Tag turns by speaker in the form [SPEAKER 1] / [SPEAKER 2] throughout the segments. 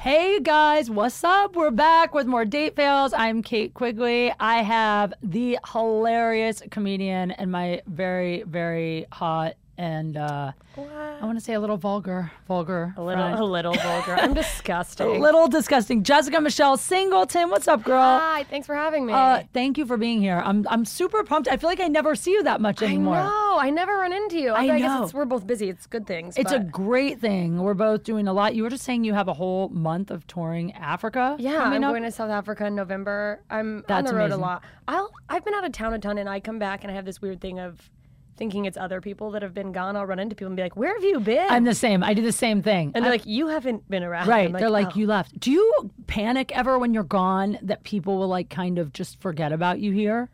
[SPEAKER 1] Hey guys, what's up? We're back with more date fails. I'm Kate Quigley. I have the hilarious comedian and my very, very hot and uh, I want to say a little vulgar, vulgar,
[SPEAKER 2] A little, a little vulgar. I'm disgusting.
[SPEAKER 1] a little disgusting. Jessica Michelle Singleton, what's up, girl?
[SPEAKER 2] Hi, thanks for having me.
[SPEAKER 1] Uh, thank you for being here. I'm I'm super pumped. I feel like I never see you that much
[SPEAKER 2] I
[SPEAKER 1] anymore.
[SPEAKER 2] know. I never run into you.
[SPEAKER 1] I
[SPEAKER 2] I, guess
[SPEAKER 1] know.
[SPEAKER 2] it's, we're both busy. It's good things.
[SPEAKER 1] It's a
[SPEAKER 2] but-
[SPEAKER 1] great thing. We're both doing a lot. You were just saying you have a whole month of touring Africa.
[SPEAKER 2] yeah. I'm
[SPEAKER 1] coming up.
[SPEAKER 2] going to South Africa in November. I'm on
[SPEAKER 1] That's
[SPEAKER 2] the road
[SPEAKER 1] amazing.
[SPEAKER 2] a lot. I'll I've been out of town a ton, and I come back and I have this weird thing of thinking it's other people that have been gone. I'll run into people and be like, "Where have you been?"
[SPEAKER 1] I'm the same. I do the same thing.
[SPEAKER 2] and they're like, "You haven't been around."
[SPEAKER 1] Right.
[SPEAKER 2] I'm
[SPEAKER 1] They're like,
[SPEAKER 2] "Oh."
[SPEAKER 1] you left. Do you panic ever when you're gone that people will like kind of just forget about you here?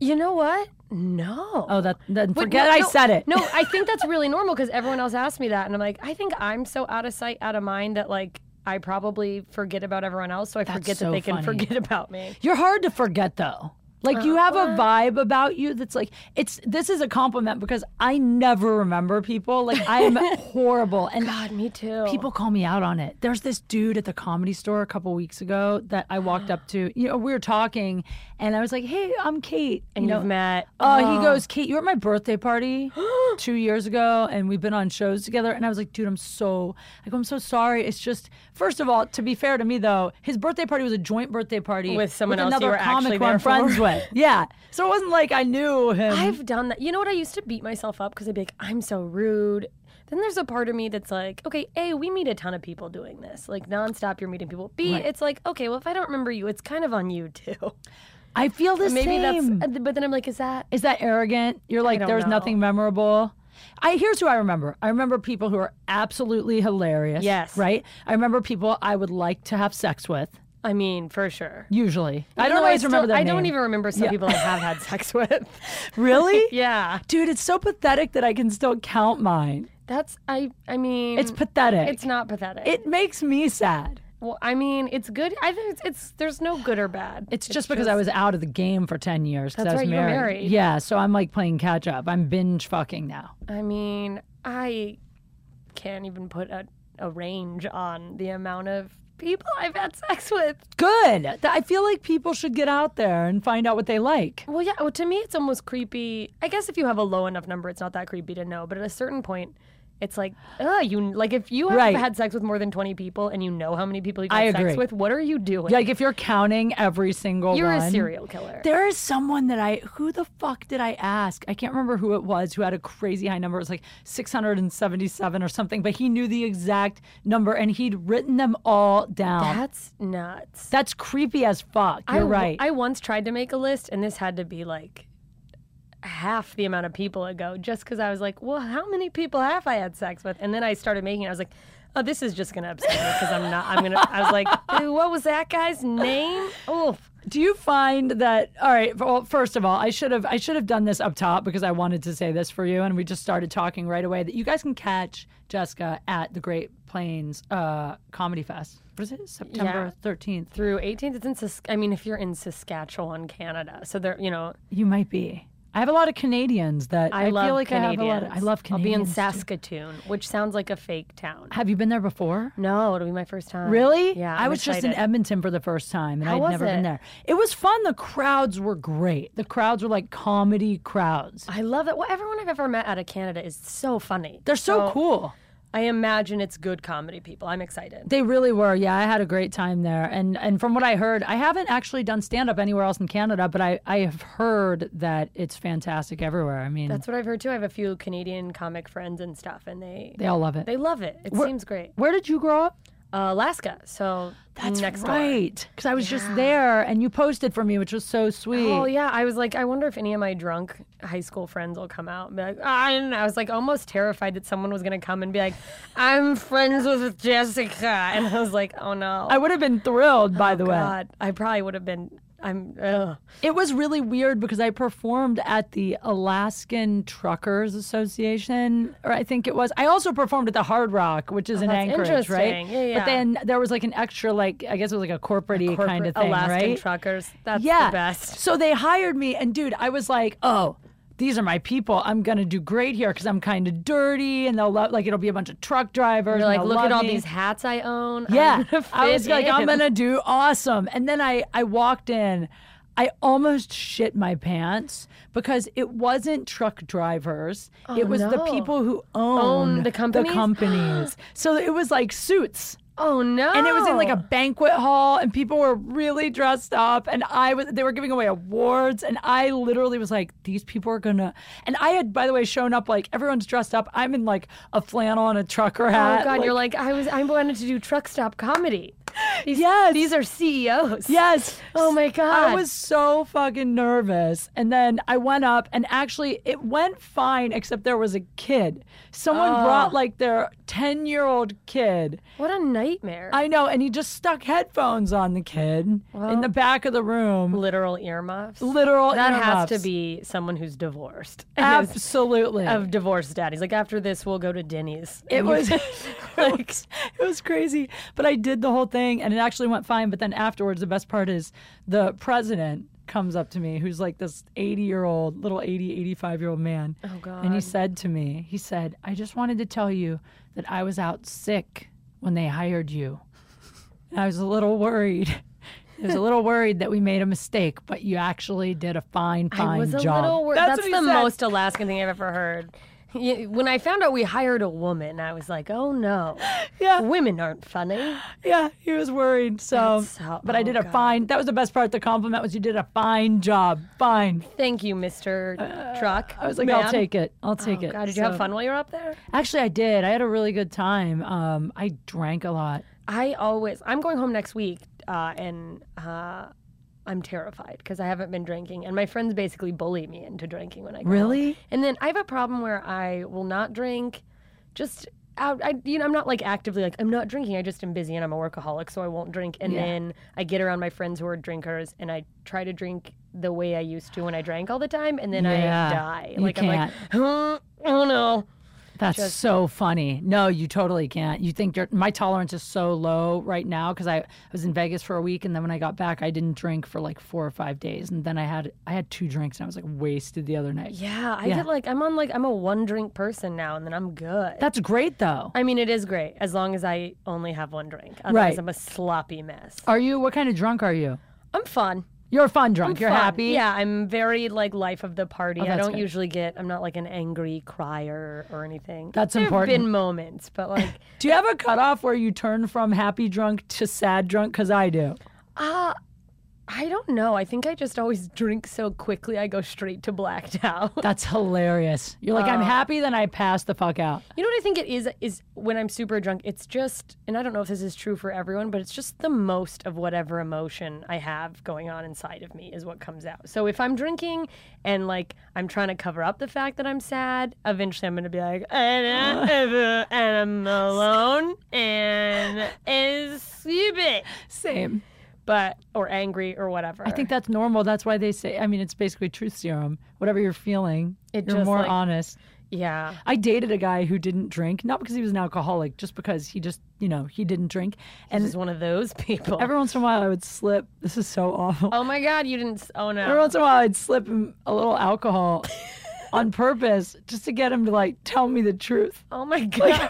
[SPEAKER 2] You know what? No.
[SPEAKER 1] Oh, that then
[SPEAKER 2] But
[SPEAKER 1] forget
[SPEAKER 2] no-
[SPEAKER 1] I
[SPEAKER 2] no-
[SPEAKER 1] said it.
[SPEAKER 2] No, I think that's really normal because everyone else asked me that, and I'm like, I think I'm so out of sight, out of mind that like I probably forget about everyone else, so I forget
[SPEAKER 1] so
[SPEAKER 2] that they
[SPEAKER 1] funny.
[SPEAKER 2] can forget about me.
[SPEAKER 1] You're hard to forget though. Like
[SPEAKER 2] Uh,
[SPEAKER 1] you have a vibe about you that's like it's this is a compliment because I never remember people. Like I'm horrible and
[SPEAKER 2] God, me too.
[SPEAKER 1] people call me out on it. There's this dude at the comedy store a couple weeks ago that I walked up to. You know, we were talking and I was like, "Hey, I'm Kate."
[SPEAKER 2] and
[SPEAKER 1] you know,
[SPEAKER 2] you've met. Um,
[SPEAKER 1] Uh, he goes, Kate, you were at my birthday party two years ago, and we've been on shows together. And I was like, dude, I'm so, I go, I'm so sorry. It's just, first of all, to be fair to me though, his birthday party was a joint birthday party
[SPEAKER 2] With someone else you
[SPEAKER 1] another
[SPEAKER 2] were
[SPEAKER 1] comic
[SPEAKER 2] actually
[SPEAKER 1] who I'm
[SPEAKER 2] there for.
[SPEAKER 1] friends with. Yeah, so it wasn't like I knew him.
[SPEAKER 2] I've done that. You know what? I used to beat myself up because I'd be like, I'm so rude. Then there's a part of me that's like, okay, A, we meet a ton of people doing this. Like, nonstop, you're meeting people. B,
[SPEAKER 1] Right.
[SPEAKER 2] it's like, okay, well, if I don't remember you, it's kind of on you, too.
[SPEAKER 1] I feel the
[SPEAKER 2] Maybe
[SPEAKER 1] same.
[SPEAKER 2] that's, uh, but then I'm like, is that
[SPEAKER 1] Is that arrogant? You're like,
[SPEAKER 2] don't
[SPEAKER 1] there was
[SPEAKER 2] know.
[SPEAKER 1] nothing memorable. I here's who I remember. I remember people who are absolutely hilarious.
[SPEAKER 2] Yes.
[SPEAKER 1] Right. I remember people I would like to have sex with.
[SPEAKER 2] I mean, for sure.
[SPEAKER 1] Usually, I
[SPEAKER 2] Even
[SPEAKER 1] don't
[SPEAKER 2] though
[SPEAKER 1] always
[SPEAKER 2] still-
[SPEAKER 1] remember that.
[SPEAKER 2] I don't even remember some people I have had sex with.
[SPEAKER 1] really.
[SPEAKER 2] yeah,
[SPEAKER 1] Dude, it's so pathetic that I can still count mine.
[SPEAKER 2] that's I. I mean,
[SPEAKER 1] Mm. It's pathetic.
[SPEAKER 2] It's not pathetic.
[SPEAKER 1] it makes me sad.
[SPEAKER 2] well, I mean, it's good. I think it's, it's there's no good or bad.
[SPEAKER 1] It's just because I was out of the game for 10 years because I
[SPEAKER 2] That's
[SPEAKER 1] was
[SPEAKER 2] right, you were
[SPEAKER 1] married.
[SPEAKER 2] married.
[SPEAKER 1] Yeah, so I'm like playing catch up. I'm binge fucking now.
[SPEAKER 2] I mean, I can't even put a, a range on the amount of people I've had sex with.
[SPEAKER 1] Good. Th- I feel like people should get out there and find out what they like.
[SPEAKER 2] Well, yeah. Well, to me, it's almost creepy. I guess if you have a low enough number, it's not that creepy to know. But at a certain point, it's like, ugh, you like if you have
[SPEAKER 1] Right.
[SPEAKER 2] had sex with more than twenty people and you know how many people you've had
[SPEAKER 1] I agree.
[SPEAKER 2] sex with, what are you doing?
[SPEAKER 1] Like if you're counting every single
[SPEAKER 2] You're
[SPEAKER 1] one.
[SPEAKER 2] a serial killer.
[SPEAKER 1] There is someone that I who the fuck did I ask? I can't remember who it was who had a crazy high number. It was like 677 or something, but he knew the exact number and he'd written them all down.
[SPEAKER 2] That's nuts.
[SPEAKER 1] That's creepy as fuck.
[SPEAKER 2] Um, I,
[SPEAKER 1] You're
[SPEAKER 2] w-
[SPEAKER 1] right.
[SPEAKER 2] I once tried to make a list, and this had to be like half the amount of people ago, just because I was like, well, how many people have I had sex with? And then I started making it. I was like, oh, this is just going to upset me because I'm not, I'm going to, I was like, "Ew, what was that guy's name? Oof.
[SPEAKER 1] Do you find that all right, well first of all, I should have I should have done this up top because I wanted to say this for you and we just started talking right away that you guys can catch Jessica at the Great Plains uh, Comedy Fest. What is it? September 13th.
[SPEAKER 2] Through 18th, it's in, Sas- I mean, if you're in Saskatchewan, Canada. So there, you know,
[SPEAKER 1] You might be. I have a lot of Canadians that I,
[SPEAKER 2] I, love
[SPEAKER 1] feel like
[SPEAKER 2] Canadians.
[SPEAKER 1] I have a lot of I love Canadians.
[SPEAKER 2] I'll be in
[SPEAKER 1] too.
[SPEAKER 2] Saskatoon, which sounds like a fake town.
[SPEAKER 1] Have you been there before?
[SPEAKER 2] No, it'll be my first time.
[SPEAKER 1] Really?
[SPEAKER 2] Yeah.
[SPEAKER 1] I
[SPEAKER 2] I'm
[SPEAKER 1] was just in
[SPEAKER 2] excited.
[SPEAKER 1] Edmonton for the first time and
[SPEAKER 2] How
[SPEAKER 1] I'd
[SPEAKER 2] was
[SPEAKER 1] never been
[SPEAKER 2] it?
[SPEAKER 1] there. It was fun. The crowds were great. The crowds were like comedy crowds.
[SPEAKER 2] I love that. Well, everyone I've ever met out of Canada is so funny.
[SPEAKER 1] They're so cool.
[SPEAKER 2] I imagine it's good comedy people. I'm excited.
[SPEAKER 1] They really were. Yeah, I had a great time there. And and from what I heard, I haven't actually done stand up anywhere else in Canada, but I, I have heard that it's fantastic everywhere. I mean,
[SPEAKER 2] That's what I've heard too. I have a few Canadian comic friends and stuff, and they
[SPEAKER 1] they all love it.
[SPEAKER 2] they love it. It seems great.
[SPEAKER 1] Where did you grow up?
[SPEAKER 2] Uh, Alaska. So
[SPEAKER 1] That's
[SPEAKER 2] next door.
[SPEAKER 1] right. Because I was just there and you posted for me, which was so sweet.
[SPEAKER 2] Oh yeah, I was like, I wonder if any of my drunk high school friends will come out. And be like, I don't know. I was like almost terrified that someone was gonna come and be like, I'm friends with Jessica, and I was like, oh no.
[SPEAKER 1] I would have been thrilled, by the way.
[SPEAKER 2] God, I probably would have been. I'm. Ugh.
[SPEAKER 1] It was really weird because I performed at the Alaskan Truckers Association, or I think it was. I also performed at the Hard Rock, which is in
[SPEAKER 2] Oh, that's
[SPEAKER 1] Anchorage, right?
[SPEAKER 2] interesting. Yeah,
[SPEAKER 1] But
[SPEAKER 2] yeah.
[SPEAKER 1] then there was like an extra, like I guess it was like a corporate kind of
[SPEAKER 2] Corporate
[SPEAKER 1] thing,
[SPEAKER 2] Alaskan
[SPEAKER 1] right?
[SPEAKER 2] truckers. That's
[SPEAKER 1] yeah.
[SPEAKER 2] the best.
[SPEAKER 1] So they hired me, and dude, I was like, oh. these are my people. I'm gonna do great here because I'm kind of dirty, and they'll love. Like it'll be a bunch of truck drivers.
[SPEAKER 2] You're
[SPEAKER 1] and
[SPEAKER 2] like,
[SPEAKER 1] they'll
[SPEAKER 2] look at
[SPEAKER 1] love
[SPEAKER 2] all
[SPEAKER 1] me."
[SPEAKER 2] these hats I own. I'm
[SPEAKER 1] Yeah,
[SPEAKER 2] gonna
[SPEAKER 1] I
[SPEAKER 2] fit
[SPEAKER 1] was like, I'm
[SPEAKER 2] in."
[SPEAKER 1] gonna do awesome. And then I I walked in, I almost shit my pants because it wasn't truck drivers. it was the
[SPEAKER 2] Oh, no.
[SPEAKER 1] people who own,
[SPEAKER 2] the companies?
[SPEAKER 1] companies. so it was like suits.
[SPEAKER 2] Oh no!
[SPEAKER 1] And it was in like
[SPEAKER 2] Oh.
[SPEAKER 1] a banquet hall, and people were really dressed up. And I was, they were giving away awards. And I literally was like, these people are gonna. And I had, by the way, shown up like everyone's dressed up. I'm in like a flannel and a trucker
[SPEAKER 2] Oh
[SPEAKER 1] hat.
[SPEAKER 2] god! you're like, I was. I wanted to do truck stop comedy. These,
[SPEAKER 1] Yes.
[SPEAKER 2] These are CEOs.
[SPEAKER 1] Yes.
[SPEAKER 2] Oh my god.
[SPEAKER 1] I was so fucking nervous. And then I went up and actually it went fine except there was a kid. Someone
[SPEAKER 2] Oh.
[SPEAKER 1] brought like their 10-year-old kid.
[SPEAKER 2] What a nightmare.
[SPEAKER 1] I know and he just stuck headphones on the kid in the back of the room.
[SPEAKER 2] Literal earmuffs.
[SPEAKER 1] Literal
[SPEAKER 2] That has to
[SPEAKER 1] earmuffs.
[SPEAKER 2] be someone who's divorced. And is-
[SPEAKER 1] absolutely.
[SPEAKER 2] of divorced daddies. Like after this, we'll go to Denny's.
[SPEAKER 1] It
[SPEAKER 2] And you-
[SPEAKER 1] was like it was crazy, but I did the whole thing and it actually went fine. But then afterwards, the best part is the president comes up to me, who's like this 80 year old, little 80, 85 year old man. Oh,
[SPEAKER 2] God.
[SPEAKER 1] And he said to me, he said, I just wanted to tell you that I was out sick when they hired you. And I was a little worried. I was a little worried that we made a mistake, but you actually did a fine, fine
[SPEAKER 2] I was a
[SPEAKER 1] job.
[SPEAKER 2] little worried.
[SPEAKER 1] That's
[SPEAKER 2] That's,
[SPEAKER 1] what he
[SPEAKER 2] the
[SPEAKER 1] said.
[SPEAKER 2] most Alaskan thing I've ever heard. Yeah, When I found out we hired a woman, I was like, oh no.
[SPEAKER 1] Yeah.
[SPEAKER 2] Women aren't funny.
[SPEAKER 1] Yeah, he was worried. So,
[SPEAKER 2] That's so-
[SPEAKER 1] but I
[SPEAKER 2] oh,
[SPEAKER 1] did a
[SPEAKER 2] God.
[SPEAKER 1] fine. That was the best part. The compliment was you did a fine job. Fine.
[SPEAKER 2] Thank you, Mr. Truck.
[SPEAKER 1] Uh,
[SPEAKER 2] Oh,
[SPEAKER 1] I was like, I'll take it. I'll take it.
[SPEAKER 2] God, did you
[SPEAKER 1] So-
[SPEAKER 2] have fun while you were up there?
[SPEAKER 1] Actually, I did. I had a really good time. Um, I drank a lot.
[SPEAKER 2] I always, I'm going home next week uh, and uh, I'm terrified because I haven't been drinking. And my friends basically bully me into drinking when I go home.
[SPEAKER 1] Really?
[SPEAKER 2] And then I have a problem where I will not drink. Just out, I you know I'm not like actively like I'm not drinking. I just am busy and I'm a workaholic, so I won't drink. And
[SPEAKER 1] Yeah.
[SPEAKER 2] then I get around my friends who are drinkers, and I try to drink the way I used to when I drank all the time, and then
[SPEAKER 1] Yeah.
[SPEAKER 2] I die.
[SPEAKER 1] You
[SPEAKER 2] like I'm like, "Hmm, oh no.
[SPEAKER 1] That's so funny. No, you totally can't. You think you're, my tolerance is so low right now because I, I was in Vegas for a week and then when I got back, I didn't drink for like four or five days, and then I had I had two drinks and I was like wasted the other night.
[SPEAKER 2] Yeah, I get like I'm on like I'm a one drink person now, and then I'm good.
[SPEAKER 1] That's great though.
[SPEAKER 2] I mean, it is great as long as I only have one drink. Otherwise,
[SPEAKER 1] Right.
[SPEAKER 2] I'm a sloppy mess.
[SPEAKER 1] Are you? What kind of drunk are you?
[SPEAKER 2] I'm fun.
[SPEAKER 1] You're a fun drunk. you're
[SPEAKER 2] fun.
[SPEAKER 1] happy. Oh,
[SPEAKER 2] Yeah, I'm very like life of the party. I
[SPEAKER 1] that's
[SPEAKER 2] don't
[SPEAKER 1] good.
[SPEAKER 2] usually get. I'm not like an angry crier or anything.
[SPEAKER 1] That's
[SPEAKER 2] There
[SPEAKER 1] important.
[SPEAKER 2] Have been moments, but like,
[SPEAKER 1] Do you have a cutoff where you turn from happy drunk to sad drunk? Because I do.
[SPEAKER 2] uh I don't know. I think I just always drink so quickly. I go straight to blacked out.
[SPEAKER 1] That's hilarious. You're like, I'm
[SPEAKER 2] Oh.
[SPEAKER 1] happy, then I pass the fuck out.
[SPEAKER 2] You know what I think it is is when I'm super drunk, it's just and I don't know if this is true for everyone, but it's just the most of whatever emotion I have going on inside of me is what comes out. So if I'm drinking and like I'm trying to cover up the fact that I'm sad, eventually I'm going to be like and, I- and I'm alone and is stupid,
[SPEAKER 1] Same.
[SPEAKER 2] but or angry or whatever.
[SPEAKER 1] I think that's normal. That's why they say, I mean, it's basically truth serum. Whatever you're feeling,
[SPEAKER 2] It
[SPEAKER 1] you're
[SPEAKER 2] just,
[SPEAKER 1] more
[SPEAKER 2] like-
[SPEAKER 1] honest.
[SPEAKER 2] yeah.
[SPEAKER 1] I dated a guy who didn't drink, not because he was an alcoholic, just because he just, you know, he didn't drink.
[SPEAKER 2] This
[SPEAKER 1] And
[SPEAKER 2] is one of those people.
[SPEAKER 1] every once in a while I would slip. This is so awful.
[SPEAKER 2] oh my god, you didn't s- Oh no.
[SPEAKER 1] Every once in a while, I'd slip him a little alcohol on purpose just to get him to like tell me the truth.
[SPEAKER 2] Oh my god.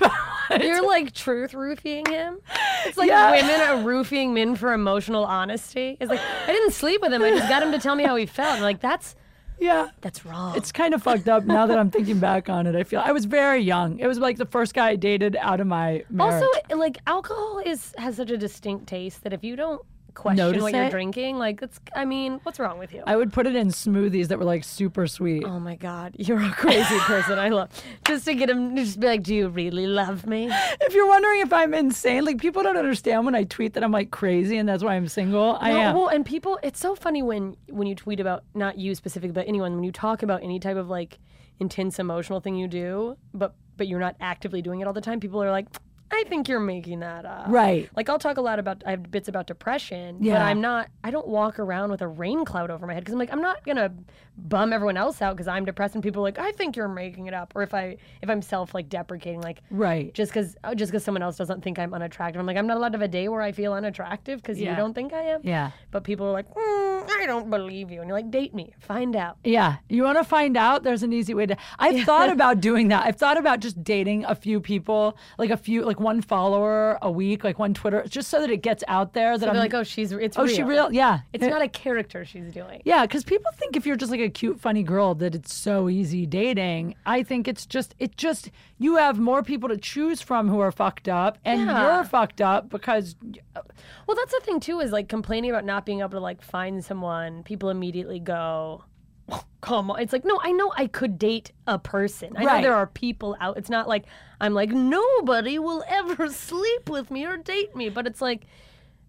[SPEAKER 2] You're like truth roofing him. It's like
[SPEAKER 1] Yeah.
[SPEAKER 2] women are roofing men for emotional honesty. It's like I didn't sleep with him. I just got him to tell me how he felt. And like that's
[SPEAKER 1] yeah.
[SPEAKER 2] that's wrong.
[SPEAKER 1] It's kind of fucked up now that I'm thinking back on it. I feel I was very young. It was like the first guy I dated out of my marriage.
[SPEAKER 2] also like alcohol is has such a distinct taste that if you don't question
[SPEAKER 1] Notice
[SPEAKER 2] what you're
[SPEAKER 1] it?
[SPEAKER 2] drinking, like it's I mean, what's wrong with you?
[SPEAKER 1] I would put it in smoothies that were like super sweet.
[SPEAKER 2] Oh my God, you're a crazy person. I love just to get him to just be like, "Do you really love me?"
[SPEAKER 1] If you're wondering if I'm insane, like people don't understand when I tweet that I'm like crazy and that's why I'm single. I
[SPEAKER 2] No,
[SPEAKER 1] am.
[SPEAKER 2] Well, and people, it's so funny when when you tweet about not you specifically, but anyone when you talk about any type of like intense emotional thing you do, but but you're not actively doing it all the time. People are like, I think you're making that up.
[SPEAKER 1] Right.
[SPEAKER 2] Like I'll talk a lot about I have bits about depression, but
[SPEAKER 1] Yeah.
[SPEAKER 2] I'm not. I don't walk around with a rain cloud over my head because I'm like I'm not gonna bum everyone else out because I'm depressed and people are like I think you're making it up or if I if I'm self like deprecating like
[SPEAKER 1] Right.
[SPEAKER 2] just because just because someone else doesn't think I'm unattractive I'm like I'm not allowed to have a day where I feel unattractive because
[SPEAKER 1] Yeah.
[SPEAKER 2] you don't think I am.
[SPEAKER 1] Yeah.
[SPEAKER 2] But people are like mm, I don't believe you and you're like date me find out.
[SPEAKER 1] Yeah. You want to find out? There's an easy way to. I've thought about doing that. I've thought about just dating a few people, like a few, like one follower a week, like one Twitter, just so that it gets out there that
[SPEAKER 2] They're
[SPEAKER 1] I'm
[SPEAKER 2] like oh she's it's
[SPEAKER 1] oh,
[SPEAKER 2] real.
[SPEAKER 1] she real? Yeah.
[SPEAKER 2] It's not a character she's doing.
[SPEAKER 1] Yeah, because people think if you're just like a cute, funny girl that it's so easy dating. I think it's just it just you have more people to choose from who are fucked up, and
[SPEAKER 2] Yeah.
[SPEAKER 1] you're fucked up because
[SPEAKER 2] Well, that's the thing too is like complaining about not being able to like find someone. People immediately go, "Oh, "Come on!" It's like, no, I know I could date a person. I
[SPEAKER 1] Right.
[SPEAKER 2] know there are people out. It's not like I'm like nobody will ever sleep with me or date me. But it's like,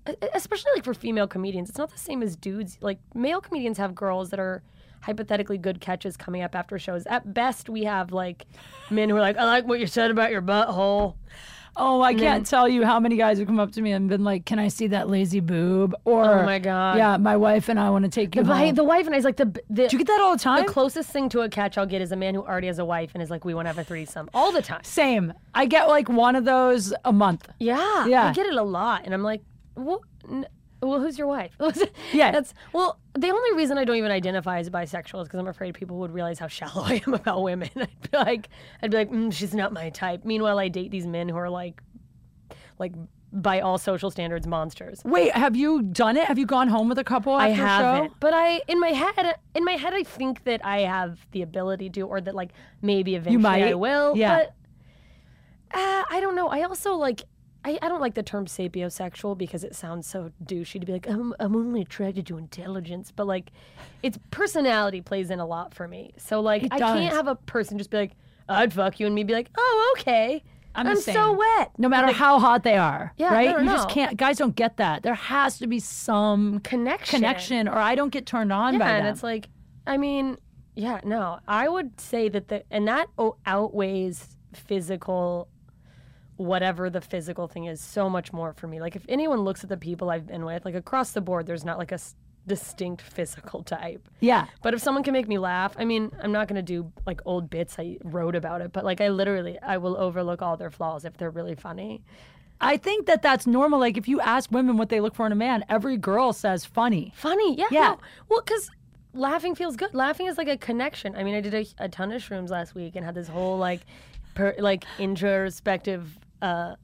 [SPEAKER 2] e- especially like for female comedians, it's not the same as dudes. Like male comedians have girls that are hypothetically good catches coming up after shows. At best, we have like men who are like, "I like what you said about your butthole."
[SPEAKER 1] oh, I can't tell you how many guys have come up to me and been like, "Can I see that lazy boob?" Or
[SPEAKER 2] Oh my God.
[SPEAKER 1] yeah, my wife and I want to take you.
[SPEAKER 2] My,
[SPEAKER 1] home."
[SPEAKER 2] the wife and I is like the b- the.
[SPEAKER 1] Do you get that all the time?
[SPEAKER 2] The closest thing to a catch I'll get is a man who already has a wife and is like, we want to have a threesome all the time.
[SPEAKER 1] Same. I get like one of those a month.
[SPEAKER 2] Yeah,
[SPEAKER 1] Yeah.
[SPEAKER 2] I get it a lot, and I'm like, well, n- well who's your wife?
[SPEAKER 1] Yeah.
[SPEAKER 2] that's well. The only reason I don't even identify as bisexual is because I'm afraid people would realize how shallow I am about women. I'd be like, I'd be like, mm, she's not my type. Meanwhile, I date these men who are like, like by all social standards, monsters.
[SPEAKER 1] Wait, have you done it? Have you gone home with a couple?
[SPEAKER 2] I
[SPEAKER 1] After a
[SPEAKER 2] haven't,
[SPEAKER 1] Show?
[SPEAKER 2] but I in my head, in my head, I think that I have the ability to, or that like maybe eventually I
[SPEAKER 1] might,
[SPEAKER 2] will.
[SPEAKER 1] yeah.
[SPEAKER 2] But, uh, I don't know. I also like. I, I don't like the term sapiosexual because it sounds so douchey to be like I'm I'm only attracted to intelligence, but like, it's personality plays in a lot for me. So like I can't
[SPEAKER 1] does.
[SPEAKER 2] have a person just be like I'd fuck you and me be like oh okay
[SPEAKER 1] I'm the
[SPEAKER 2] so
[SPEAKER 1] same.
[SPEAKER 2] wet.
[SPEAKER 1] No matter how hot they are,
[SPEAKER 2] Yeah,
[SPEAKER 1] right?
[SPEAKER 2] no, no,
[SPEAKER 1] you just
[SPEAKER 2] no.
[SPEAKER 1] can't. Guys don't get that. There has to be some
[SPEAKER 2] Connection.
[SPEAKER 1] connection, or I don't get turned on by
[SPEAKER 2] Yeah,
[SPEAKER 1] them.
[SPEAKER 2] and it's like, I mean, yeah, no, I would say that the and that o- outweighs physical, whatever the physical thing is, so much more for me. Like if anyone looks at the people I've been with, like across the board, there's not like a s- distinct physical type.
[SPEAKER 1] yeah,
[SPEAKER 2] But if someone can make me laugh, I mean, I'm not gonna do like old bits I wrote about it, but like I literally, I will overlook all their flaws if they're really funny.
[SPEAKER 1] I think that that's normal. Like if you ask women what they look for in a man, every girl says funny.
[SPEAKER 2] funny. Yeah.
[SPEAKER 1] Yeah.
[SPEAKER 2] No. Well, because laughing feels good. Laughing is like a connection. I mean, I did a, a ton of shrooms last week and had this whole like, per, like introspective uh,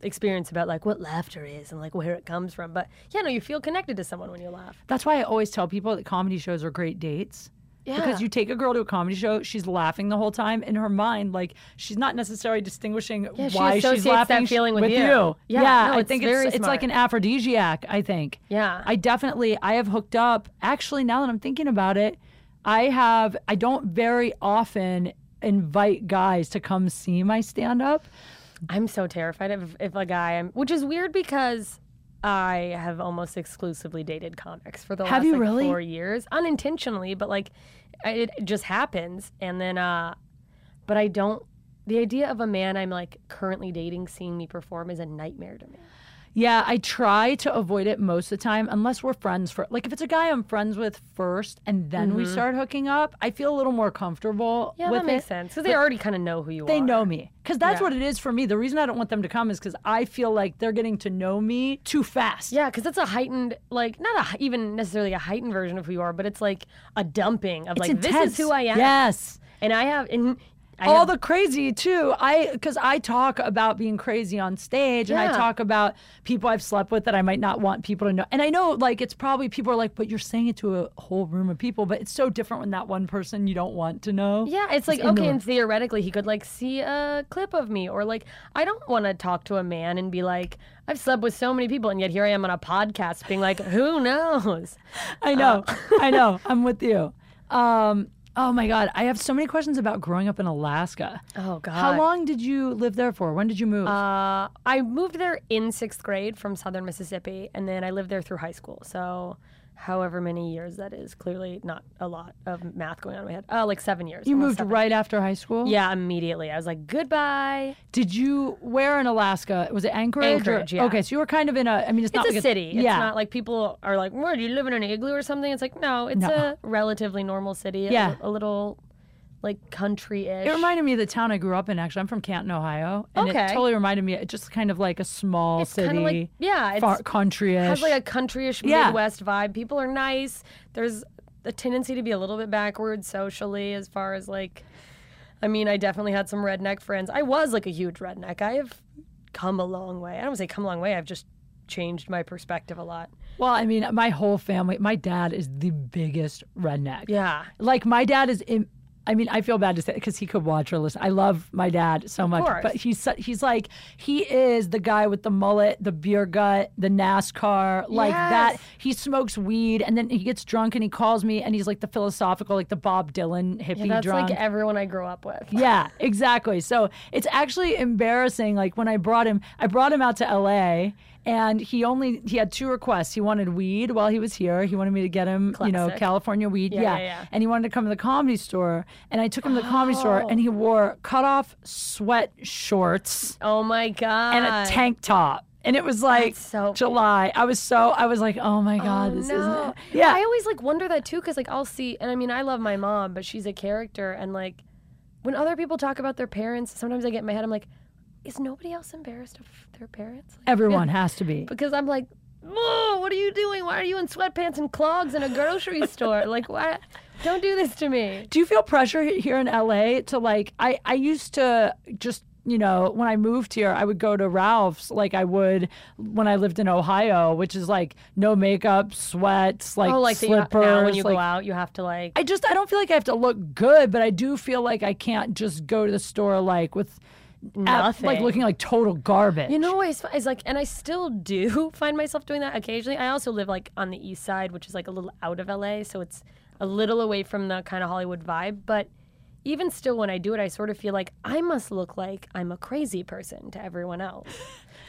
[SPEAKER 2] experience about like what laughter is and like where it comes from. But yeah, no, you feel connected to someone when you laugh.
[SPEAKER 1] That's why I always tell people that comedy shows are great dates.
[SPEAKER 2] Yeah.
[SPEAKER 1] Because you take a girl to a comedy show, she's laughing the whole time in her mind. Like she's not necessarily distinguishing
[SPEAKER 2] she
[SPEAKER 1] why she's
[SPEAKER 2] associates that
[SPEAKER 1] laughing sh-
[SPEAKER 2] feeling with
[SPEAKER 1] you.
[SPEAKER 2] you.
[SPEAKER 1] Yeah,
[SPEAKER 2] Yeah, no,
[SPEAKER 1] I
[SPEAKER 2] it's
[SPEAKER 1] think
[SPEAKER 2] very
[SPEAKER 1] it's, it's like an
[SPEAKER 2] smart.
[SPEAKER 1] aphrodisiac. I think.
[SPEAKER 2] Yeah.
[SPEAKER 1] I definitely I have hooked up. Actually, now that I'm thinking about it, I have. I don't very often invite guys to come see my stand up.
[SPEAKER 2] I'm so terrified of if a guy, I'm, which is weird because. I have almost exclusively dated comics for the
[SPEAKER 1] Have
[SPEAKER 2] last
[SPEAKER 1] you
[SPEAKER 2] like,
[SPEAKER 1] really?
[SPEAKER 2] four years, unintentionally, but like I- it just happens. And then uh, but I don't. The idea of a man I'm like currently dating seeing me perform is a nightmare to me.
[SPEAKER 1] Yeah, I try to avoid it most of the time, unless we're friends for like if it's a guy I'm friends with first and then we start hooking up, I feel a little more comfortable
[SPEAKER 2] Mm-hmm. Yeah,
[SPEAKER 1] with
[SPEAKER 2] that makes
[SPEAKER 1] it.
[SPEAKER 2] sense because they already kind of know who you are.
[SPEAKER 1] They know me because that's
[SPEAKER 2] Yeah.
[SPEAKER 1] what it is for me. The reason I don't want them to come is because I feel like they're getting to know me too fast.
[SPEAKER 2] Yeah, because that's a heightened, like not a, hei- even necessarily a heightened version of who you are, but it's like a dumping of
[SPEAKER 1] It's
[SPEAKER 2] like this
[SPEAKER 1] intense.
[SPEAKER 2] is who I am.
[SPEAKER 1] Yes.
[SPEAKER 2] and I have and I
[SPEAKER 1] all
[SPEAKER 2] have,
[SPEAKER 1] the crazy too. I because I talk about being crazy on stage, and I
[SPEAKER 2] Yeah.
[SPEAKER 1] talk about people I've slept with that I might not want people to know. And I know like it's probably people are like, but you're saying it to a whole room of people, but it's so different when that one person you don't want to know.
[SPEAKER 2] Yeah, it's like
[SPEAKER 1] in the
[SPEAKER 2] okay,
[SPEAKER 1] room.
[SPEAKER 2] and theoretically he could like see a clip of me or like I don't want to talk to a man and be like I've slept with so many people and yet here I am on a podcast being like who knows.
[SPEAKER 1] I know,
[SPEAKER 2] Uh.
[SPEAKER 1] I know. I'm with you. Um, oh my god, I have so many questions about growing up in Alaska.
[SPEAKER 2] Oh god.
[SPEAKER 1] How long did you live there for? When did you move?
[SPEAKER 2] Uh, I moved there in sixth grade from southern Mississippi, and then I lived there through high school. So however many years that is. Clearly, not a lot of math going on in my head. Oh, like seven years.
[SPEAKER 1] You
[SPEAKER 2] almost
[SPEAKER 1] moved
[SPEAKER 2] seven.
[SPEAKER 1] right after high school?
[SPEAKER 2] Yeah, immediately. I was like, goodbye.
[SPEAKER 1] Did you, where in Alaska? Was it Anchorage? or-
[SPEAKER 2] Anchorage, yeah.
[SPEAKER 1] Okay, so you were kind of in a, I mean, it's,
[SPEAKER 2] It's
[SPEAKER 1] not
[SPEAKER 2] a
[SPEAKER 1] like
[SPEAKER 2] city. It's
[SPEAKER 1] yeah.
[SPEAKER 2] not like people are like, where do you live in an igloo or something? It's like, no, it's
[SPEAKER 1] No.
[SPEAKER 2] a relatively normal city. a-
[SPEAKER 1] Yeah.
[SPEAKER 2] A, little like country ish.
[SPEAKER 1] It reminded me of the town I grew up in. Actually, I'm from Canton, Ohio, and it
[SPEAKER 2] Okay.
[SPEAKER 1] totally reminded me. It's just kind of like a small
[SPEAKER 2] kinda
[SPEAKER 1] city,
[SPEAKER 2] like- yeah, it's-
[SPEAKER 1] far countryish.
[SPEAKER 2] has like a countryish
[SPEAKER 1] Yeah.
[SPEAKER 2] Midwest vibe. People are nice. There's a tendency to be a little bit backward socially as far as like I mean, I definitely had some redneck friends. I was like a huge redneck. I have come a long way. I don't wanna say come a long way. I've just changed my perspective a lot.
[SPEAKER 1] well, I mean, my whole family. My dad is the biggest redneck.
[SPEAKER 2] Yeah.
[SPEAKER 1] like my dad is. im I mean, I feel bad to say because he could watch or listen. I love my dad so much,
[SPEAKER 2] course.
[SPEAKER 1] but he's su- he's like he is the guy with the mullet, the beer gut, the NASCAR, like that.
[SPEAKER 2] Yes.
[SPEAKER 1] He smokes weed and then he gets drunk and he calls me and he's like the philosophical, like the Bob Dylan hippie
[SPEAKER 2] That's
[SPEAKER 1] drunk.
[SPEAKER 2] like everyone I grew up with.
[SPEAKER 1] Yeah, exactly. So it's actually embarrassing. Like when I brought him, I brought him out to LA and he only he had two requests. He wanted weed while he was here. He wanted me to get him, you know,
[SPEAKER 2] Classic.
[SPEAKER 1] California weed.
[SPEAKER 2] Yeah, yeah, yeah.
[SPEAKER 1] And he wanted to come to the comedy store. And I took him to the comedy store and he wore cut off sweat shorts
[SPEAKER 2] Oh my god.
[SPEAKER 1] and a tank top. And it was like
[SPEAKER 2] That's so-
[SPEAKER 1] July. I was so I was like, oh my god, this isn't.
[SPEAKER 2] no.
[SPEAKER 1] it." Yeah,
[SPEAKER 2] I always like wonder that too, because like I'll see, and I mean, I love my mom, but she's a character, and like when other people talk about their parents, sometimes I get in my head, I'm like, is nobody else embarrassed of their parents? Like,
[SPEAKER 1] everyone has to be.
[SPEAKER 2] because I'm like, whoa, what are you doing? Why are you in sweatpants and clogs in a grocery store? Like, why? Don't do this to me.
[SPEAKER 1] Do you feel pressure he- here in LA to like? I I used to just you know when I moved here, I would go to Ralph's like I would when I lived in Ohio, which is like no makeup, sweats, like
[SPEAKER 2] oh, like that you ha-
[SPEAKER 1] slippers.
[SPEAKER 2] now when you
[SPEAKER 1] like-
[SPEAKER 2] go out, you have to like.
[SPEAKER 1] I just I don't feel like I have to look good, but I do feel like I can't just go to the store like with ab- like
[SPEAKER 2] Nothing.
[SPEAKER 1] looking like total garbage.
[SPEAKER 2] You know, it's, it's like, and I still do find myself doing that occasionally. I also live like on the east side, which is like a little out of LA, so it's a little away from the kind of Hollywood vibe. But even still, when I do it, I sort of feel like I must look like I'm a crazy person to everyone else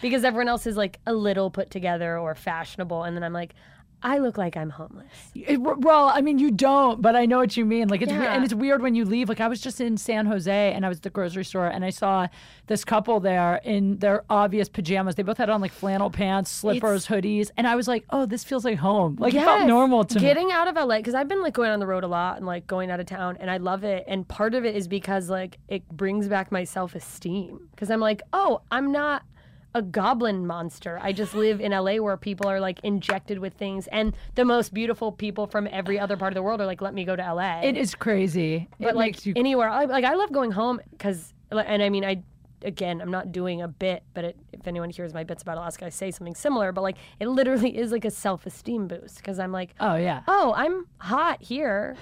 [SPEAKER 2] because everyone else is like a little put together or fashionable, and then I'm like, I look like I'm homeless.
[SPEAKER 1] It- well, I mean, you don't, but I know what you mean. Like it's weird,
[SPEAKER 2] Yeah.
[SPEAKER 1] and it's weird when you leave. Like I was just in San Jose, and I was at the grocery store, and I saw this couple there in their obvious pajamas. They both had on like flannel pants, slippers, hoodies, and I was like, "Oh, this feels like home." Like it felt
[SPEAKER 2] Yes.
[SPEAKER 1] normal to me.
[SPEAKER 2] Getting out of LA because I've been like going on the road a lot and like going out of town, and I love it. And part of it is because like it brings back my self esteem because I'm like, oh, I'm not a goblin monster. I just live in LA where people are like injected with things, and the most beautiful people from every other part of the world are like, let me go to LA.
[SPEAKER 1] It is crazy.
[SPEAKER 2] but
[SPEAKER 1] it
[SPEAKER 2] like
[SPEAKER 1] makes you.
[SPEAKER 2] anywhere, I, like I love going home because, and I mean, I. Again, I'm not doing a bit, but it, if anyone hears my bits about Alaska, I say something similar. But like, it literally is like a self-esteem boost because I'm like,
[SPEAKER 1] oh yeah.
[SPEAKER 2] oh, I'm hot here.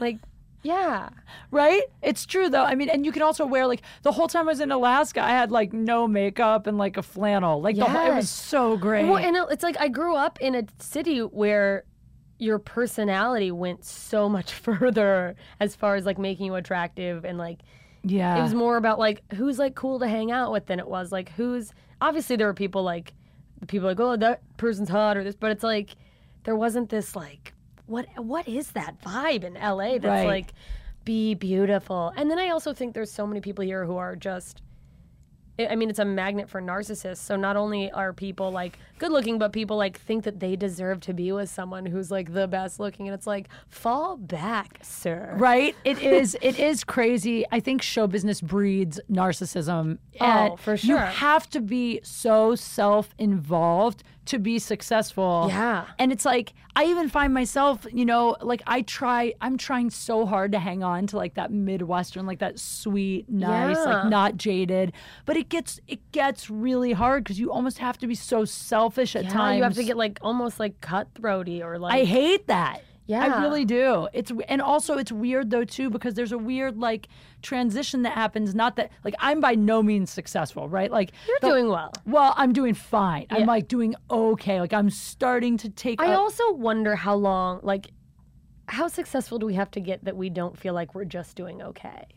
[SPEAKER 2] Like, yeah.
[SPEAKER 1] Right? It's true though. I mean, and you can also wear like the whole time I was in Alaska, I had like no makeup and like a flannel. Like the whole, it was
[SPEAKER 2] Yes.
[SPEAKER 1] so great.
[SPEAKER 2] Well, and it- it's like I grew up in a city where your personality went so much further as far as like making you attractive and like
[SPEAKER 1] yeah.
[SPEAKER 2] it was more about like who's like cool to hang out with than it was like who's obviously there were people like the people like oh that person's hot or this but it's like there wasn't this like what what is that vibe in LA that's
[SPEAKER 1] Right.
[SPEAKER 2] like be beautiful and then I also think there's so many people here who are just I I mean it's a magnet for narcissists so not only are people like good looking but people like think that they deserve to be with someone who's like the best looking and it's like fall back sir
[SPEAKER 1] Right? It is. It is crazy. I think show business breeds narcissism.
[SPEAKER 2] Oh,
[SPEAKER 1] and
[SPEAKER 2] for
[SPEAKER 1] You
[SPEAKER 2] sure.
[SPEAKER 1] have to be so self-involved to be successful.
[SPEAKER 2] Yeah.
[SPEAKER 1] And it's like I even find myself, you know, like I try. I'm trying so hard to hang on to like that Midwestern, like that sweet, nice, like
[SPEAKER 2] Yeah.
[SPEAKER 1] not jaded. But it gets it gets really hard because you almost have to be so selfish at
[SPEAKER 2] Yeah,
[SPEAKER 1] times.
[SPEAKER 2] you have to get like almost like cutthroaty or like
[SPEAKER 1] I hate that. I
[SPEAKER 2] Yeah.
[SPEAKER 1] really do. It's and also it's weird though too because there's a weird like transition that happens. Not that like I'm by no means successful, right? Like
[SPEAKER 2] you're
[SPEAKER 1] the-
[SPEAKER 2] doing well.
[SPEAKER 1] well. I'm doing fine. I'm
[SPEAKER 2] Yeah.
[SPEAKER 1] like doing okay. Like I'm starting to take.
[SPEAKER 2] I
[SPEAKER 1] a-
[SPEAKER 2] also wonder how long, like, how successful do we have to get that we don't feel like we're just doing okay?